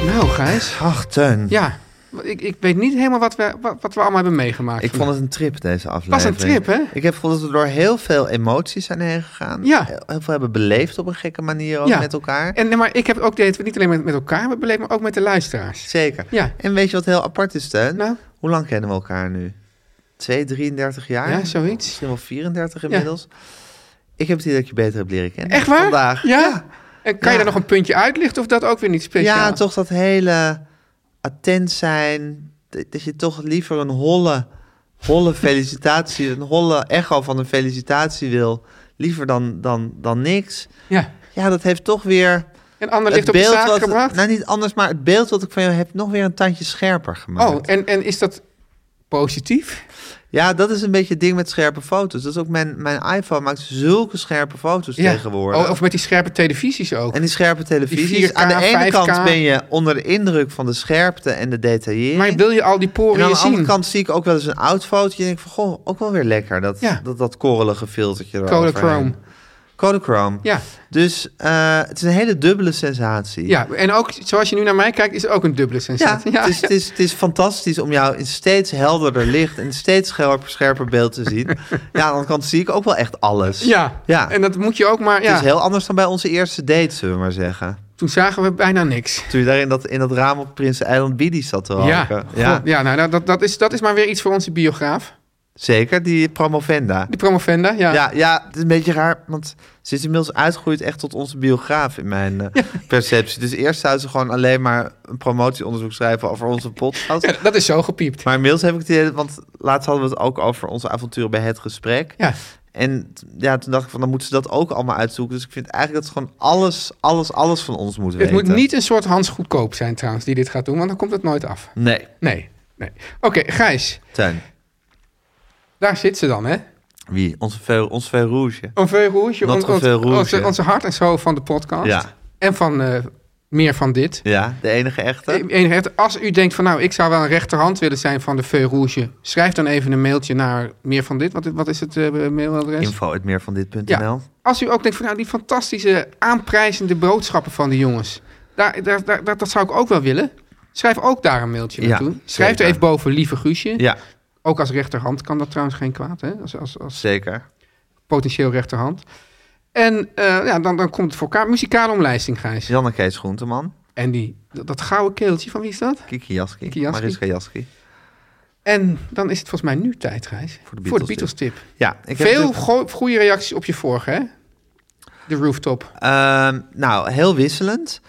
S4: Nou, Gijs.
S2: Ach, Teun.
S4: Ja, ik, ik weet niet helemaal wat we, wat, wat we allemaal hebben meegemaakt.
S2: Ik vond het een trip, deze
S4: was een
S2: aflevering.
S4: trip, hè?
S2: Ik heb gevoeld dat we door heel veel emoties zijn heen gegaan.
S4: Ja.
S2: Heel- Heel veel hebben beleefd op een gekke manier ook
S4: Ja.
S2: met elkaar.
S4: En, nee, maar ik heb ook deed het niet alleen met, met elkaar beleefd, maar ook met de luisteraars.
S2: Zeker.
S4: Ja.
S2: En weet je wat heel apart is, Teun?
S4: Nou?
S2: Hoe lang kennen we elkaar nu? 2, 33 jaar?
S4: Ja, zoiets.
S2: Misschien wel 34 inmiddels. Ik heb het idee dat ik je beter hebt leren kennen.
S4: Echt waar?
S2: Vandaag.
S4: Ja. En kan je
S2: Ja.
S4: daar nog een puntje uitlichten of dat ook weer niet speciaal?
S2: Ja, toch dat hele attent zijn. d- Dat je toch liever een holle, holle [LAUGHS] felicitatie, een holle echo van een felicitatie wil. Liever dan, dan, dan niks.
S4: Ja.
S2: Ja, dat heeft toch weer
S4: En ander ligt op de zaak
S2: wat,
S4: gebracht.
S2: Nou, niet anders, maar het beeld wat ik van jou heb nog weer een tandje scherper gemaakt.
S4: oh, en, en is dat positief?
S2: Ja, Nou, dat is een beetje het ding met scherpe foto's. Dat is ook mijn, mijn iPhone maakt zulke scherpe foto's tegenwoordig.
S4: Oh, of met die scherpe televisies ook.
S2: En die scherpe televisies.
S4: 4K,
S2: Aan de ene
S4: 5K.
S2: kant ben je onder de indruk van de scherpte en de detaillering.
S4: maar wil je al die
S2: en aan
S4: poriën
S2: de andere
S4: zien?
S2: kant zie ik ook wel eens een oud fotootje. En denk ik van, goh, ook wel weer lekker. Dat,
S4: Ja.
S2: dat, dat korrelige filtertje
S4: Kodachrome.
S2: eroverheen. Kodachrome.
S4: Ja.
S2: Dus eh, het is een hele dubbele sensatie.
S4: ja, en ook zoals je nu naar mij kijkt, is het ook een dubbele
S2: Ja,
S4: sensatie.
S2: het is, het, is, het is fantastisch om jou in steeds helderder licht en steeds scherper, scherper beeld te
S4: [LAUGHS]
S2: zien. Ja, aan de andere kant zie ik ook wel echt alles.
S4: Ja.
S2: Ja.
S4: en dat moet je ook maar...
S2: Het
S4: Ja.
S2: is heel anders dan bij onze eerste date, zullen we maar zeggen.
S4: Toen zagen we bijna niks.
S2: Toen je daar in dat, in dat raam op Prins Eiland Bidi zat te
S4: Ja,
S2: roken.
S4: God, ja. nou, nou, dat, dat, is, dat is maar weer iets voor onze biograaf.
S2: Zeker, die promovenda.
S4: Die promovenda, ja.
S2: Ja, ja, het is een beetje raar, want ze is inmiddels uitgegroeid echt tot onze biograaf in mijn eh, perceptie. Dus eerst zou ze gewoon alleen maar een promotieonderzoek schrijven over onze podcast.
S4: Ja, dat is zo gepiept.
S2: Maar inmiddels heb ik het idee, want laatst hadden we het ook over onze avonturen bij het gesprek.
S4: Ja.
S2: En t- ja, toen dacht ik van, dan moeten ze dat ook allemaal uitzoeken. Dus ik vind eigenlijk dat ze gewoon alles, alles, alles van ons moeten
S4: Het
S2: weten.
S4: moet niet een soort Hans Goedkoop zijn trouwens die dit gaat doen, want dan komt het nooit af.
S2: Nee,
S4: Nee, nee. Oké, Gijs,
S2: Teun.
S4: daar zit ze dan, hè?
S2: Wie? Onze veel, ons veel rouge.
S4: Een feu rouge,
S2: Wat
S4: ons-
S2: voor
S4: ons-
S2: feu rouge?
S4: Onze, onze hart en zo van de podcast.
S2: Ja.
S4: En van eh, meer van dit.
S2: Ja, de enige echte.
S4: Enige echt, Als u denkt van nou, ik zou wel een rechterhand willen zijn van de feu rouge, schrijf dan even een mailtje naar meer van dit. Wat, wat is het eh, mailadres?
S2: Info uit meer van dit.nl.
S4: Ja. Als u ook denkt van nou, die fantastische aanprijzende boodschappen van die jongens. Daar, daar, daar, dat, dat zou ik ook wel willen. Schrijf ook daar een mailtje
S2: Ja,
S4: naartoe. Schrijf er
S2: zeker.
S4: even boven lieve Guusje.
S2: Ja,
S4: Ook als rechterhand kan dat trouwens geen kwaad, hè? Als, als, als
S2: zeker.
S4: potentieel rechterhand. En eh, ja, dan, dan komt het voor elkaar. Muzikale omlijsting, Gijs.
S2: Janne Kees Groenteman.
S4: En die, dat, dat gouden keeltje, van wie is dat?
S2: Kiki Jaski.
S4: Kiki Jaski.
S2: Mariska Jaski.
S4: En dan is het volgens mij nu tijd, Gijs. Voor de Beatles-tip.
S2: Ja, ik heb
S4: Veel
S2: natuurlijk-
S4: go- goede reacties op je vorige, hè? De rooftop.
S2: Ehm, nou, heel wisselend.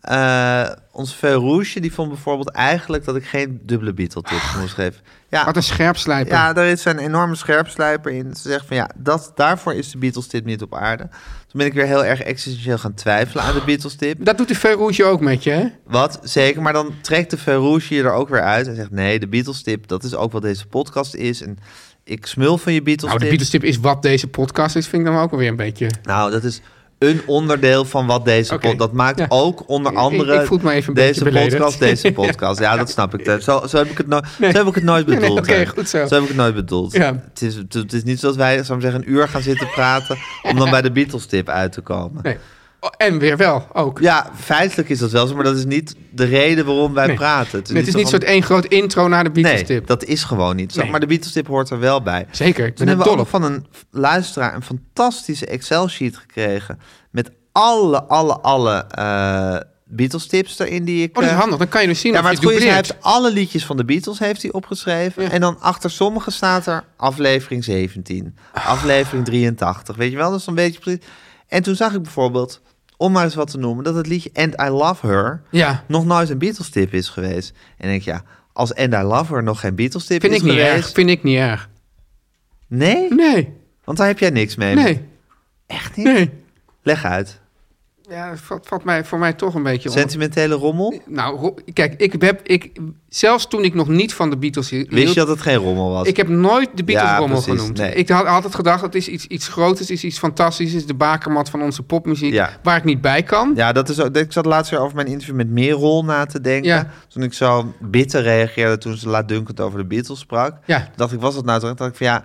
S2: Eh ons Feu Rouge, die vond bijvoorbeeld eigenlijk dat ik geen dubbele Beatle-tips moest geven. Ja,
S4: Ah. Wat een scherpslijper.
S2: Ah. ja, daar is een enorme scherpslijper in. Ze zegt van ja, dat, daarvoor is de Beatles-tip niet op aarde. Toen ben ik weer heel erg existentieel gaan twijfelen aan de Beatles-tip.
S4: Dat doet de Ferroetje ook met je, hè?
S2: Wat zeker, maar dan trekt de Ferrouche je er ook weer uit en zegt: Nee, de Beatles-tip, dat is ook wat deze podcast is. En ik smul van je
S4: Nou,
S2: Beatles-tip.
S4: de
S2: Nou,
S4: Beatles-tip is wat deze podcast is, vind ik dan ook wel weer een beetje...
S2: dat is een onderdeel van wat deze
S4: Oké,
S2: podcast. Dat maakt
S4: ja.
S2: ook onder
S4: Ik- ik-
S2: andere.
S4: ik voel me even een
S2: deze
S4: beetje beledigd.
S2: podcast, deze podcast. Ja, dat
S4: [LAUGHS]
S2: snap ik. Zo, zo, heb, ik het no- zo heb ik het nooit
S4: Nee, nee,
S2: bedoeld.
S4: oké,
S2: hè.
S4: goed zo.
S2: heb ik het nooit bedoeld.
S4: Ja.
S2: Het, is, het, het is niet zoals wij, zou ik zeggen, een uur gaan zitten praten. om
S4: [LAUGHS]
S2: dan bij de Beatles-tip uit te komen.
S4: Nee. Oh, en weer wel, ook.
S2: Ja, feitelijk is dat wel zo, maar dat is niet de reden waarom wij
S4: Nee.
S2: praten.
S4: het is
S2: zo
S4: niet
S2: van-
S4: soort één groot intro naar de
S2: Nee,
S4: Beatles-tip.
S2: dat is gewoon niet zo.
S4: Nee.
S2: Maar de Beatles-tip hoort er wel bij.
S4: Zeker, ik
S2: Toen
S4: ben
S2: hebben we
S4: er dol
S2: ook
S4: op.
S2: van een luisteraar een fantastische Excel-sheet gekregen... met alle, alle, alle eh, Beatles-tips erin die ik...
S4: Oh, dat is
S2: eh,
S4: handig. Dan kan je dus zien
S2: ja,
S4: of
S2: maar
S4: je
S2: het goede is, hij
S4: dubleert.
S2: heeft alle liedjes van de Beatles heeft hij opgeschreven. En dan achter sommige staat er aflevering 17, aflevering 83. Weet je wel, dat is een beetje precies. En toen zag ik bijvoorbeeld, om maar eens wat te noemen... dat het liedje And I Love Her
S4: Ja.
S2: nog nooit een Beatles-tip is geweest. En ik denk, ja, als And I Love Her nog geen Beatles-tip
S4: Vind
S2: is
S4: ik niet
S2: geweest...
S4: erg. Vind ik niet erg.
S2: Nee?
S4: Nee,
S2: Want daar heb jij niks mee.
S4: nee,
S2: Echt niet?
S4: nee.
S2: Leg uit.
S4: Ja, dat valt, valt mij, voor mij toch een beetje onder.
S2: Sentimentele rommel?
S4: Nou, Ro- kijk, ik heb, ik, zelfs toen ik nog niet van de Beatles hield...
S2: Wist je dat het geen rommel was?
S4: Ik heb nooit de Beatles
S2: Ja,
S4: rommel
S2: precies,
S4: genoemd.
S2: nee.
S4: Ik had altijd gedacht, het is iets, iets groots, het is iets fantastisch, het is de bakermat van onze popmuziek,
S2: Ja.
S4: waar ik niet bij kan.
S2: Ja, dat is ook, ik zat laatst weer over mijn interview met Merel na te denken.
S4: Ja.
S2: Toen ik zo bitter reageerde toen ze laatdunkend over de Beatles sprak.
S4: Ja.
S2: Dacht ik, was dat nou toch? Dacht ik van ja,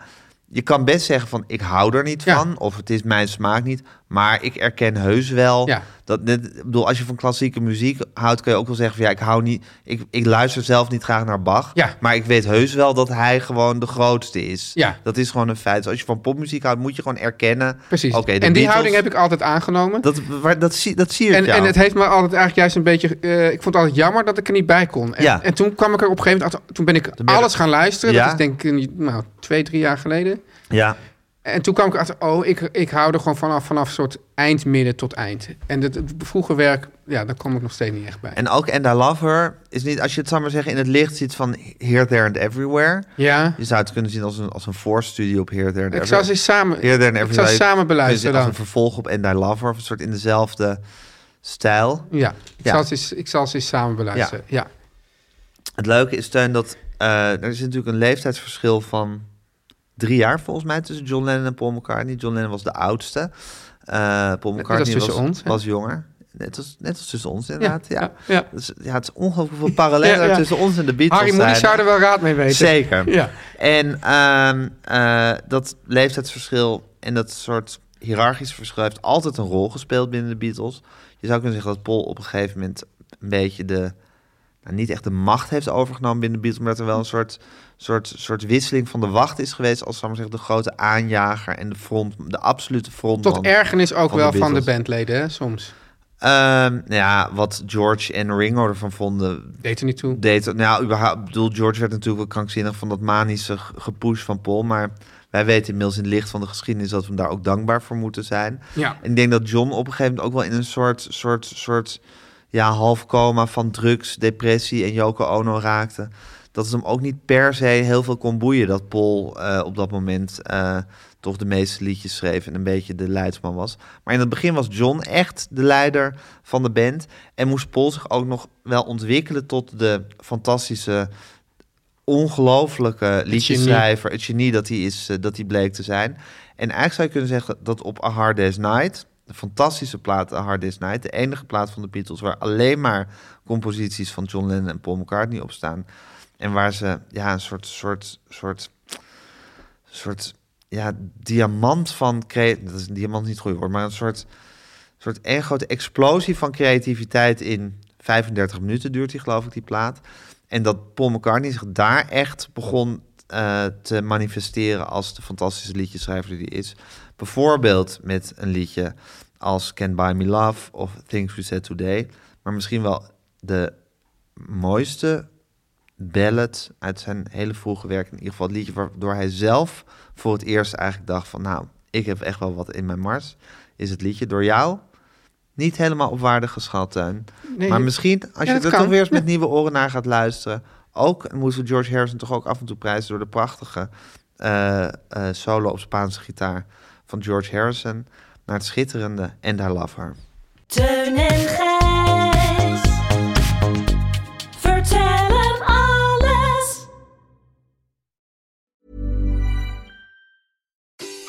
S2: je kan best zeggen van ik hou er niet
S4: Ja.
S2: van. Of het is mijn smaak niet. Maar ik erken heus wel.
S4: Ja.
S2: Dat, net, ik bedoel, als je van klassieke muziek houdt, kun je ook wel zeggen van ja, ik hou niet. Ik, ik luister zelf niet graag naar Bach.
S4: Ja.
S2: Maar ik weet heus wel dat hij gewoon de grootste is.
S4: Ja.
S2: Dat is gewoon een feit. Dus als je van popmuziek houdt, moet je gewoon erkennen.
S4: Precies.
S2: oké, de
S4: en die
S2: Beatles-
S4: houding heb ik altijd aangenomen.
S2: Dat, waar, dat, zie, dat zie ik
S4: en,
S2: jou.
S4: en het heeft me altijd eigenlijk juist een beetje... eh, ik vond het altijd jammer dat ik er niet bij kon. En,
S2: Ja.
S4: en toen kwam ik er op een gegeven moment... achter- Toen ben ik
S2: ben je-
S4: alles gaan luisteren.
S2: Ja.
S4: Dat is denk ik een- nou, twee, drie jaar geleden.
S2: Ja.
S4: En toen kwam ik achter, oh, ik, ik hou er gewoon vanaf, vanaf soort eind, midden tot eind. En het het vroege werk, ja, daar kom ik nog steeds niet echt bij.
S2: En ook And I Love Her is niet, als je het zou maar zeggen, in het licht ziet van Here, There and Everywhere.
S4: ja,
S2: Je zou het kunnen zien als een, als een voorstudie op Here, There and
S4: ik zou
S2: Everywhere.
S4: ze samen,
S2: Here, There and
S4: ik zou
S2: Everywhere.
S4: ze samen
S2: Kun je
S4: beluisteren
S2: zien Als
S4: dan.
S2: een vervolg op And I Love Her, of een soort in dezelfde stijl.
S4: Ja, ik,
S2: Ja.
S4: Zal ze, eens- ik zal ze eens samen beluisteren. Ja.
S2: Het leuke is, Teun, dat eh, er is natuurlijk een leeftijdsverschil van drie jaar volgens mij tussen John Lennon en Paul McCartney. John Lennon was de oudste. Eh Paul McCartney
S4: tussen
S2: was,
S4: ons, hè?
S2: was jonger. Net als, net als tussen ons inderdaad, ja.
S4: ja, ja.
S2: Dus, ja, het is ongelooflijk hoeveel parallellen
S4: Ja, ja.
S2: er tussen ons en de Beatles
S4: Harry
S2: zijn.
S4: Moody zou er wel raad mee weten.
S2: Zeker.
S4: Ja.
S2: En ehm, eh, dat leeftijdsverschil en dat soort hiërarchisch verschil heeft altijd een rol gespeeld binnen de Beatles. Je zou kunnen zeggen dat Paul op een gegeven moment een beetje de, nou, niet echt de macht heeft overgenomen binnen de Beatles, maar dat er wel een soort, soort, soort wisseling van de wacht is geweest als zal ik maar zeggen, de grote aanjager en de front, de absolute frontman.
S4: Tot ergernis ook
S2: van de
S4: wel van de
S2: Beatles.
S4: bandleden, hè, soms.
S2: Ehm, nou ja, wat George en Ringo ervan vonden,
S4: Deed er niet toe.
S2: deed het- Nou, überhaupt, ik bedoel, George werd natuurlijk wel krankzinnig van dat manische g- gepush van Paul. Maar wij weten inmiddels in het licht van de geschiedenis dat we hem daar ook dankbaar voor moeten zijn.
S4: Ja.
S2: En ik denk dat John op een gegeven moment ook wel in een soort, soort, soort ja, half coma van drugs, depressie en Yoko Ono raakte. Dat het hem ook niet per se heel veel kon boeien dat Paul eh, op dat moment eh, toch de meeste liedjes schreef en een beetje de leidsman was. Maar in het begin was John echt de leider van de band en moest Paul zich ook nog wel ontwikkelen tot de fantastische, ongelooflijke liedjeschrijver, het genie dat hij, is, eh, dat hij bleek te zijn. En eigenlijk zou je kunnen zeggen dat op A Hard Day's Night, de fantastische plaat A Hard Day's Night, de enige plaat van de Beatles waar alleen maar composities van John Lennon en Paul McCartney op staan. En waar ze ja, een soort, soort, soort, soort ja, diamant van creativiteit. Dat is een diamant is niet het goede woord, maar een soort, soort één grote explosie van creativiteit in 35 minuten duurt die, geloof ik, die plaat. En dat Paul McCartney zich daar echt begon eh, te manifesteren als de fantastische liedjeschrijver die hij is. Bijvoorbeeld met een liedje als Can Buy Me Love of Things We Said Today. Maar misschien wel de mooiste, ballad uit zijn hele vroege werk. In ieder geval het liedje waardoor hij zelf voor het eerst eigenlijk dacht van... nou, ik heb echt wel wat in mijn mars. Is het liedje door jou niet helemaal op waarde geschat, Teun.
S4: Nee,
S2: maar misschien, als je
S4: ja, dat
S2: er
S4: kan.
S2: toch weer eens met nieuwe oren naar gaat luisteren... ook en moesten we George Harrison toch ook af en toe prijzen... door de prachtige eh, eh, solo op Spaanse gitaar van George Harrison... naar het schitterende And I Love Her.
S8: Teun en Gijs. Vertel hem alles.